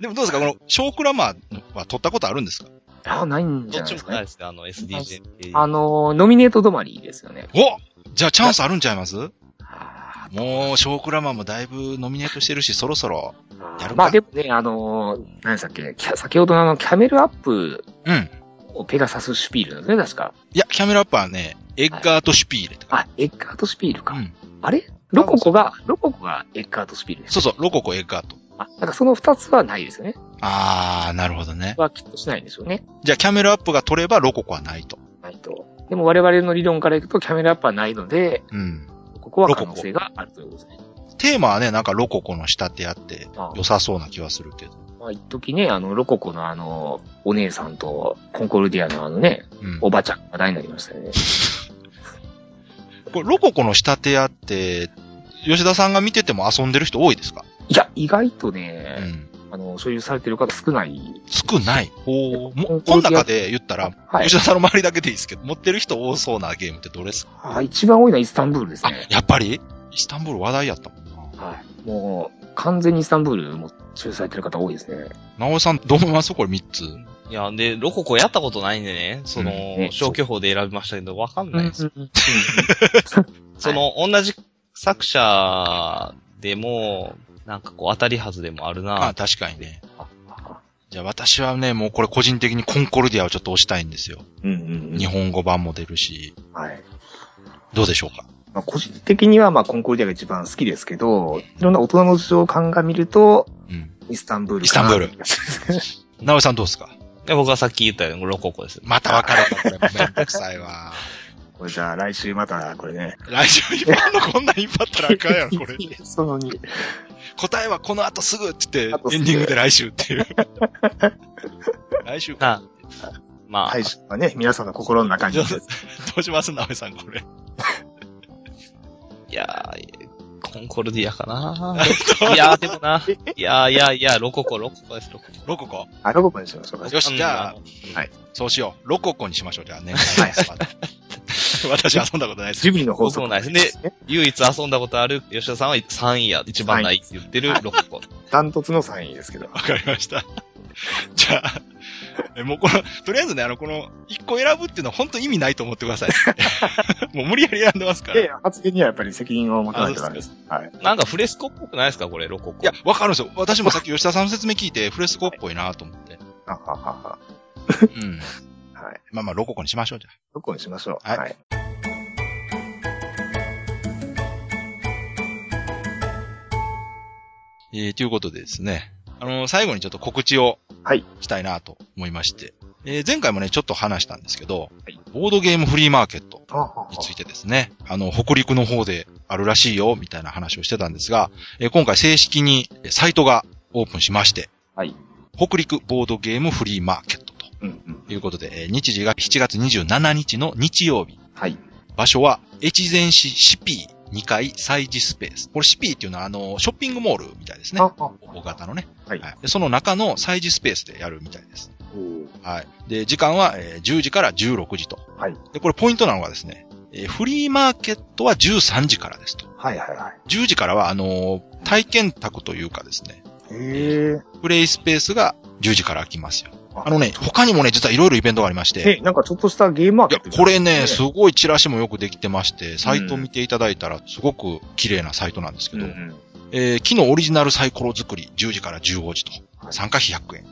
S3: でもどうですかこの、小クラマーは取ったことあるんですか
S4: あ、ないんじ
S1: ど
S4: ゃな
S1: っ
S4: い
S1: ち
S4: で
S1: も
S4: す
S1: ない
S4: か
S1: で
S4: ね。
S1: すね、あの SDJ。
S4: あの、ノミネート止まりですよね。
S3: おじゃあチャンスあるんちゃいます
S4: あ
S3: もう、小クラマーもだいぶノミネートしてるし、そろそろ。やるか
S4: ーまあでもね、あの、何でしたっけ、キャ先ほどのあのキャメルアップ
S3: うん。
S4: をペガサスシュピールですね、確か。
S3: いや、キャメラアップはね、エッガーとシュピーレとか。
S4: あ、エッカートシュピールか。
S3: うん
S4: あれロココが、ロココがエッカートシュピールです。
S3: そうそう、ロココエッガーと。
S4: あ、なんかその二つはないですよね。
S3: あー、なるほどね。
S4: はきっとしないんでしょうね。
S3: じゃあ、キャメラアップが取ればロココはないと。
S4: ないと。でも我々の理論からいくとキャメルアップはないので、
S3: うん。
S4: ここは可能性があるということですね。
S3: テーマはね、なんかロココの仕立てあって
S4: ああ
S3: 良さそうな気はするけど。
S4: まあ、一時ね、あの、ロココのあの、お姉さんと、コンコルディアのあのね、
S3: うん。
S4: おばちゃんが話題になりましたよね。
S3: これロココの仕立てあって、吉田さんが見てても遊んでる人多いですか
S4: いや、意外と
S3: う
S4: ね、
S3: ん。
S4: あの、所有されてる方少ない。
S3: 少ない。おーも
S4: コンコルディア
S3: この中で言ったら、
S4: はい
S3: 吉。田さんの周りだけでいいですけど、持ってる人多そうなゲームってどれですか
S4: あ一番多いのはイスタンブールです
S3: あ
S4: ね、。
S3: やっぱりイスタンブール話題やったもんな。
S4: はい。もう、完全にイスタンブールも所有されてる方多いですね。
S3: なおさん、どう思いますこれ3つ。
S1: いや、で、ロココやったことないんでね、その、
S3: うん
S4: ね
S1: 消去法で選びましたけど、わかんないです。 (laughs)
S4: うん
S1: その、同じ作者でも、なんかこう、当たりはずでもある
S3: あ
S1: な
S3: あ、。確かにね。
S4: あ
S3: じゃあ私はね、もうこれ個人的にコンコルディアをちょっと押したいんですよ。
S4: うんうんうん
S3: 日。本語版も出るし、
S4: はい。
S3: どうでしょうか
S4: まあ、個人的には、まあ、コンコルディアが一番好きですけど、いろんな大人の事情を鑑みると、
S3: うん。
S4: イスタンブール
S3: イス
S4: か
S3: タン
S4: な。
S3: ブール。なおさんどうですか
S1: で僕はさっき言ったように、ロココです。
S3: また分かれた、これ。めんどくさいわ。
S4: これじゃあ、来週また、これね。
S3: 来週一般のこんなん引っ張ったらあかんやろ、これ。
S4: (laughs) その2。
S3: 答えはこの後すぐって言っ
S4: 後す
S3: て、エ
S4: ぐ
S3: ンディングで来週っていう。来週か。
S1: なまあ、
S4: 配信はね、皆さんの心の中に。
S3: そうどうしますなおさん、これ。
S1: いやー、コンコルディアか
S3: (laughs)
S1: ないやー、でもな。いやー、いやー、いやー、ロココ、ロココです、ロココ。
S3: ロココ。
S4: あ、ロボコにしましょうか。
S3: よし、じゃあ
S1: うん、
S3: そうしよう。ロココにしましょう、じゃあね。はい。 (laughs) 私遊んだことないです。
S4: ジブリの放
S1: 僕
S4: 送
S1: もないです。で、唯一遊んだことある吉田さんは3位や、一番ないって言ってるロココ。
S4: ダントツの3位ですけど。
S3: わかりました。 (laughs) じゃあ、えもうこの、とりあえずね、あの、この、一個選ぶっていうのは本当意味ないと思ってください。もう無理やり選んでますから。
S4: で、発言にはやっぱり責任を持たないとダメです。はい。
S1: なんかフレスコっぽくないですか、これ、ロココ。
S3: いや、わかるんですよ。私もさっき吉田さんの説明聞いて、フレスコっぽいなと思って。
S4: あはは
S3: うん。
S4: は。はい。
S3: まあまあ、ロココにしましょう、じゃ
S4: ロコにしましょう。
S3: はい
S4: はい。
S3: あ。えー、ということでですね。あのー最後にちょっと告知を。
S4: はい
S3: したいなと思いまして。えー前回もね、ちょっと話したんですけど、
S4: はい
S3: ボードゲームフリーマーケット
S4: あはは
S3: についてですね、あの、北陸の方であるらしいよ、みたいな話をしてたんですが、えー今回正式にサイトがオープンしまして、
S4: はい。
S3: 北陸ボードゲームフリーマーケットと
S4: うんうん。
S3: いうことで、えー日時が7月27日の日曜日、
S4: はい。
S3: 場所は越前市シピー2階祭事スペース。これシピーっていうのはあの、ショッピングモールみたいですね。
S4: あは
S3: 大型のね。
S4: はい
S3: でその中の祭事スペースでやるみたいです。
S4: おー
S3: はい。で、時間はえー10時から16時と。
S4: はい。
S3: で、これポイントなのがですね、えーフリーマーケットは13時からですと。
S4: はいはいはい。
S3: 10時からはあのー体験宅というかですね、
S4: へ
S3: プレイスペースが10時から開きますよ。
S4: あ
S3: あのね、他にもね、実はいろいろイベントがありまして、
S4: え。え、なんかちょっとしたゲームマー
S3: い
S4: ケ
S3: や
S4: ット、
S3: これね、す
S4: そう
S3: ごいチラシもよくできてまして、サイト見ていただいたら、すごく綺麗なサイトなんですけ
S4: うん
S3: ど、
S4: うん。
S3: えー木のオリジナルサイコロ作り、10時から15時と、
S4: はい
S3: 参加費100円。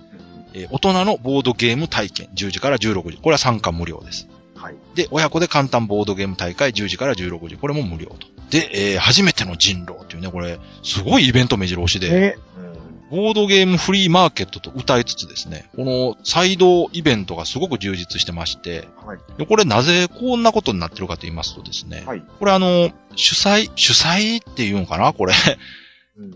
S3: えー大人のボードゲーム体験、10時から16時。これは参加無料です。
S4: はい。
S3: で、親子で簡単ボードゲーム大会、10時から16時。これも無料と。で、えー初めての人狼っていうね、これ、すごいイベント目白押し
S4: え、
S3: で、
S4: うん。
S3: ボードゲームフリーマーケットと歌いつつですね、このサイドイベントがすごく充実してまして、
S4: はい。
S3: でこれなぜこんなことになってるかと言いますとですね、
S4: はい。
S3: これあの、主催、主催っていうんかなこれ。
S4: うん。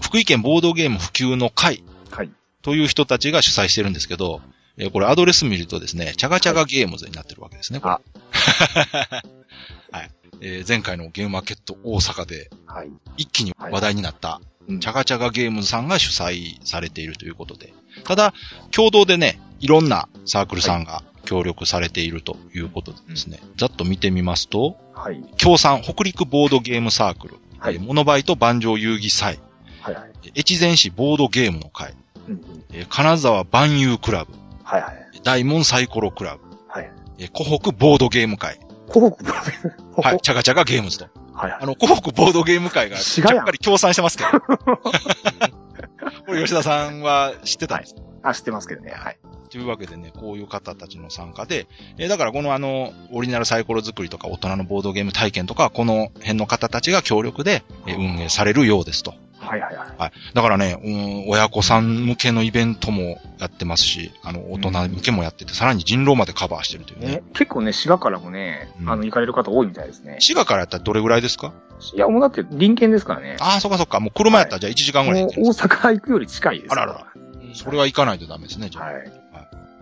S3: 福井県ボードゲーム普及の会
S4: はい。
S3: という人たちが主催してるんですけど、えーこれアドレス見るとですね、チャガチャガゲームズになってるわけですね、これ。 (laughs) はい。えー前回のゲームマーケット大阪で
S4: はい。
S3: 一気に話題になった、
S4: うん
S3: チャガチャガゲームズさんが主催されているということで。ただ、共同でね、いろんなサークルさんが協力されているということでですね。ざっと見てみますと、
S4: はい。
S3: 共産北陸ボードゲームサークル、
S4: はい
S3: えーモノバイト万丈遊戯祭、
S4: はいはい。
S3: えー越前市ボードゲームの会、
S4: うんうん。
S3: えー金沢万有クラブ、
S4: はいはい。
S3: 大門サイコロクラブ、
S4: はい。
S3: えー湖北ボードゲーム会、
S4: 広告プロフィール。
S3: はい、チャガチャガゲームズと。
S4: はいは
S3: あ
S4: い。
S3: の、湖北ボードゲーム会が、
S4: 滋賀やん
S3: やっぱり協賛して
S4: (laughs)
S3: ますけど。これ吉田さんは知ってたんです。
S4: あ、知ってますけどね。はい。
S3: というわけでね、こういう方たちの参加で、えーだからこのあの、オリジナルサイコロ作りとか、大人のボードゲーム体験とか、この辺の方たちが協力で、えー運営されるようですと。
S4: はいはいはい。
S3: だからね、うん親子さん向けのイベントもやってますし、あの、大人向けもやってて、さらに人狼までカバーしてるというね。
S4: ね、結構ね、滋賀からもね、
S3: うん
S4: あの、行かれる方多いみたいですね。
S3: 滋賀からやったらどれぐらいですか
S4: いや、もうだって、隣県ですからね。
S3: ああ、そっかそっか。もう車やったらじゃあ1時間ぐらいで
S4: もう
S3: 行ける
S4: 大阪行くより近いです。
S3: あららら。それは行かないとダメですね、じゃ
S4: は
S3: あ。
S4: い。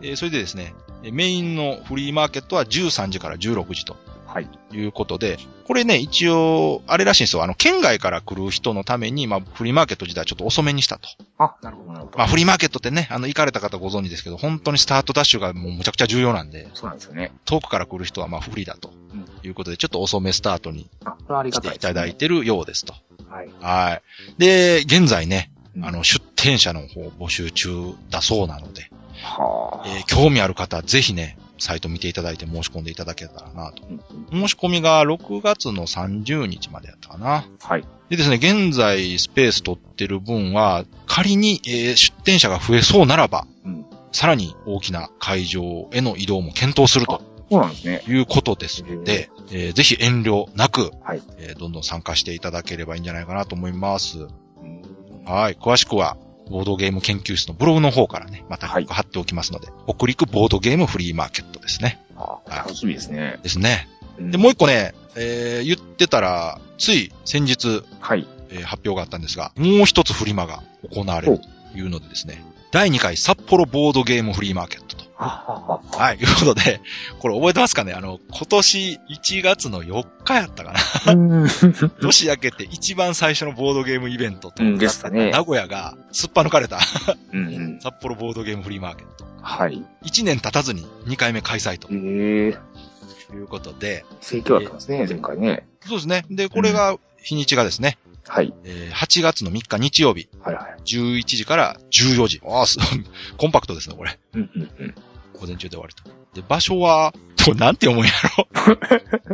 S3: えーそれでですね、えーメインのフリーマーケットは13時から16時と
S4: はい。
S3: いうことで、これね、一応、あれらしいんですよ。あの、県外から来る人のために、まあ、フリーマーケット自体はちょっと遅めにしたと。
S4: あ、なるほど、なるほど。
S3: まあ、フリーマーケットってね、あの、行かれた方ご存知ですけど、本当にスタートダッシュがもうむちゃくちゃ重要なんで、
S4: そうなんですよね。
S3: 遠くから来る人はまあ、不利だと
S4: ん
S3: いうことで、ちょっと遅めスタートに
S4: あ、これはあり
S3: 来
S4: がたい
S3: て
S4: で
S3: い
S4: す、ね。
S3: ただいてるようですと。
S4: はい。
S3: はい。で、現在ね、
S4: うん
S3: あの、出店者の方募集中だそうなので、
S4: はあ。
S3: えー興味ある方、ぜひね、サイト見ていただいて申し込んでいただけたらなと。
S4: うんうん
S3: 申し込みが6月の30日までやったかな。
S4: はい。
S3: でですね、現在スペース取ってる分は、仮に、えー出店者が増えそうならば、
S4: うん。
S3: さらに大きな会場への移動も検討すると
S4: そうなんですね。
S3: いうことですので、えーぜひ遠慮なく、
S4: はい
S3: えーどんどん参加していただければいいんじゃないかなと思います。
S4: うん
S3: はい。詳しくは、ボードゲーム研究室のブログの方からね、また
S4: はい
S3: 貼っておきますので、北陸ボードゲームフリーマーケットですね。
S4: あこれ楽しみですね。
S3: ですね。
S4: で
S3: で、もう一個ね、えー、言ってたら、つい先日、
S4: はい。
S3: えー発表があったんですが、もう一つフリマが行われるというのでですね、第2回札幌ボードゲームフリーマーケットと。
S4: ははは
S3: はい、いうことで、これ覚えてますかねあの、今年1月の4日やったかな
S4: は。うん。
S3: 年明けて一番最初のボードゲームイベントと
S4: う。んでしたね。
S3: 名古屋がすっぱ抜かれた (laughs)
S4: うんうん。
S3: 札幌ボードゲームフリーマーケット。
S4: はい。
S3: 1年経たずに2回目開催と
S4: ええ
S3: いうことで、
S4: 盛況だったんですね、前回ね。
S3: そうですね。で、これが、日にちがですね、
S4: はい。
S3: えー8月の3日日曜日、
S4: はいはい。
S3: 11時から14時。ああ、す (laughs) コンパクトですね、これ。
S4: うんうんうん。
S3: 午前中で終わりと。で、場所は、と、なんて思うんや (laughs) ろ。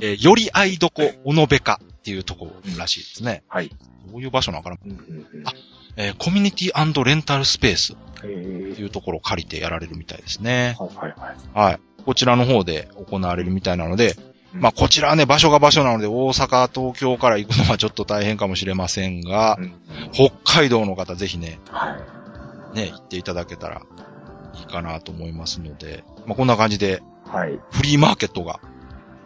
S3: えーよりあいどこ、おのべかっていうとこらしいですね。
S4: はい。
S3: どういう場所なのかな。
S4: うんうんうん。
S3: あえーコミュニティレンタルスペースっ
S4: ええ
S3: ていうところを借りてやられるみたいですね。
S4: はいはいはい。
S3: はい。こちらの方で行われるみたいなので、
S4: うん
S3: まあ、こちらはね、場所が場所なので、大阪、東京から行くのはちょっと大変かもしれませんが
S4: う、ん
S3: 北海道の方ぜひね、
S4: はい。
S3: ね、行っていただけたらいいかなと思いますので、まあ、こんな感じで、
S4: はい。
S3: フリーマーケットが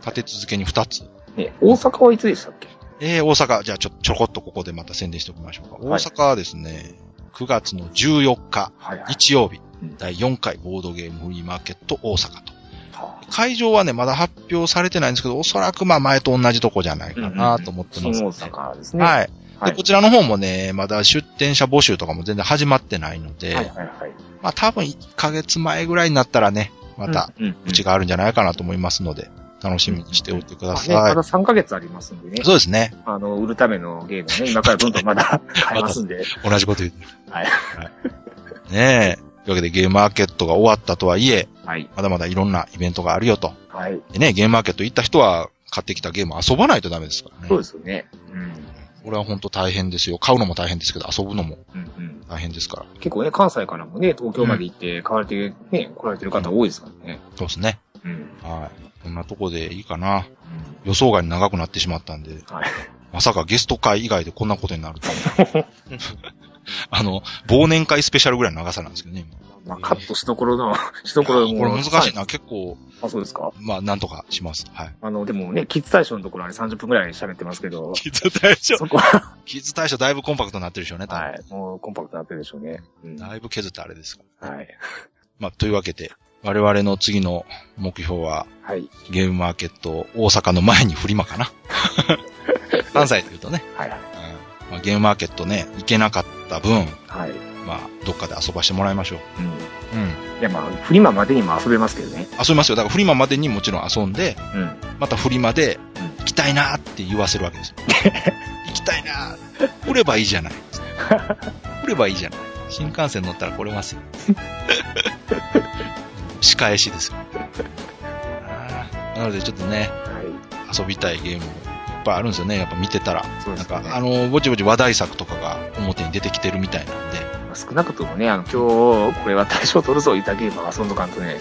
S3: 立て続けに2つ。
S4: ね、大阪はいつでしたっけ
S3: えー、大阪、じゃあちょ、ちょこっとここでまた宣伝しておきましょうか。大
S4: はい
S3: 阪はですね、9月の14日、
S4: はいはい。
S3: 日曜日
S4: うん、
S3: 第4回ボードゲームフリーマーケット大阪と。
S4: は
S3: 会場はね、まだ発表されてないんですけど、おそらくまあ前と同じとこじゃないかなと思っ
S4: あ
S3: て
S4: 新
S3: ま
S4: 大
S3: す、ね
S4: 阪ですね。
S3: はい。
S4: はい
S3: で、こちらの方もね、まだ出店者募集とかも全然始まってないので、
S4: はいはいはい。
S3: まあ多分1ヶ月前ぐらいになったらね、また、
S4: うん、うん
S3: うちがあるんじゃないかなと思いますので、楽しみにしておいてくだ
S4: まあ
S3: さい。
S4: ね、まだ3ヶ月ありますんでね。
S3: そうですね。
S4: あの、売るためのゲームを
S3: (laughs)
S4: ね、今からどんどんまだ買いますんで。
S3: 同じこと言ってる。
S4: はい
S3: はい。ねえ。というわけでゲームマーケットが終わったとはいえ、
S4: はい。
S3: まだまだいろんなイベントがあるよと。
S4: はい。
S3: でね、ゲームマーケット行った人は買ってきたゲーム遊ばないとダメですからね。
S4: そうですよね。うん。
S3: これは本当大変ですよ。買うのも大変ですけど、遊ぶのも
S4: うんうん。
S3: 大変ですから。
S4: 結構ね、関西からもね、東京まで行って、買われて、ね、来られてる方多いですからね。
S3: そうですね。
S4: うん。
S3: はい。こんなとこでいいかな。予想外に長くなってしまったんで、
S4: はい
S3: まさかゲスト会以外でこんなことになるとはあの、忘年会スペシャルぐらいの長さなんですけどね、
S4: ま
S3: 今
S4: あ、カットしどころの、 (laughs) しどころ
S3: これ難しいな。結構、
S4: あ、そうですか
S3: まあ、なんとかします。はい。
S4: あの、でもね、キッズ大賞のところあれ30分くらい喋ってますけど、
S3: 傷対象。
S4: そこは、
S3: 傷対象だいぶコンパクトになってるでしょうね、多分
S4: はい、もうコンパクトになってるでしょうね。うん、
S3: だ
S4: はい
S3: ぶ削ってあれですから。
S4: い。
S3: まあ、というわけで、我々の次の目標は、
S4: はい。
S3: ゲームマーケット大阪の前にフリマかな。関西で言うとね、
S4: はい。
S3: うんまあ、ゲームマーケットね、行けなかった分、
S4: はい。
S3: まあ、どっかで遊ばしてもらいましょう。
S4: うん。
S3: うん。
S4: いや、まあ、フリマまでにも遊べますけどね。
S3: 遊びますよ。だからフリマまでにもちろん遊んで、
S4: うん。
S3: またフリマで、行きたいなーって言わせるわけですよ。行きたいなー。来ればいいじゃない。来ればいいじゃない。新幹線乗ったら来れますよ。仕返しですよ。あーなのでちょっとね、
S4: は
S3: 遊びたいゲームいっぱいあるんですよね。やっぱ見てたら。
S4: い。そうで
S3: なん
S4: すよ
S3: か、
S4: ね。
S3: あの、ぼちぼち話題作とかが表に出てきてるみたいなんで。
S4: まあ少なくともね、あの、今日、これは大賞取るぞ、言ったゲームは遊んどかんとね。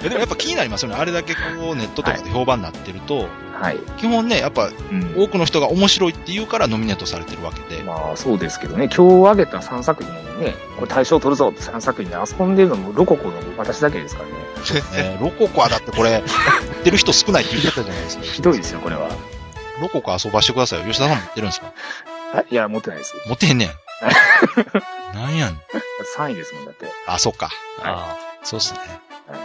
S3: えでもやっぱ気になりますよね。あれだけこう、ネットとかで評判になってると、
S4: はい。
S3: 基本ね、やっぱ
S4: うん。
S3: 多くの人が面白いって言うからノミネートされてるわけで。
S4: まあ、そうですけどね、今日挙げた3作品にね、これ大賞取るぞって3作品で遊んでるのもロココの私だけですからね。
S3: ねロココはだってこれ、売ってる人少ないって言ってたじゃないですか。
S4: ひどいですよ、これは。
S3: ロココ遊ばしてくださいよ。吉田さん持ってるんですか
S4: あいや、持ってないです。
S3: 持ってへんねん。なんやねん。
S4: 3位ですもん、だって。
S3: あ、そっか。
S1: あ
S3: そうっすね
S4: はい。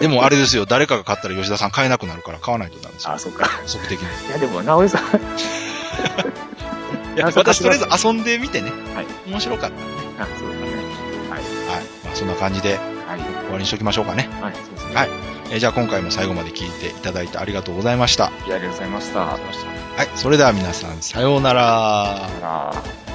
S3: でもあれですよ、誰かが買ったら吉田さん買えなくなるから買わないとダメですよ。
S4: あ、そっか。
S3: 即的に。
S4: (laughs) いや、でも、直江さん。
S3: いや、私とりあえず遊んでみてね。
S4: はい
S3: 面白かったらね。
S4: あ、そうですね。
S3: はい。まあそんな感じで
S4: はい。
S3: 終わりにしときましょうかね。
S4: はい、そうですね。
S3: はいえーじゃあ今回も最後まで聞いていただいてありがとうございました。
S4: いやありがとうございました。
S3: はい。それでは皆さん、さようなら。
S4: あら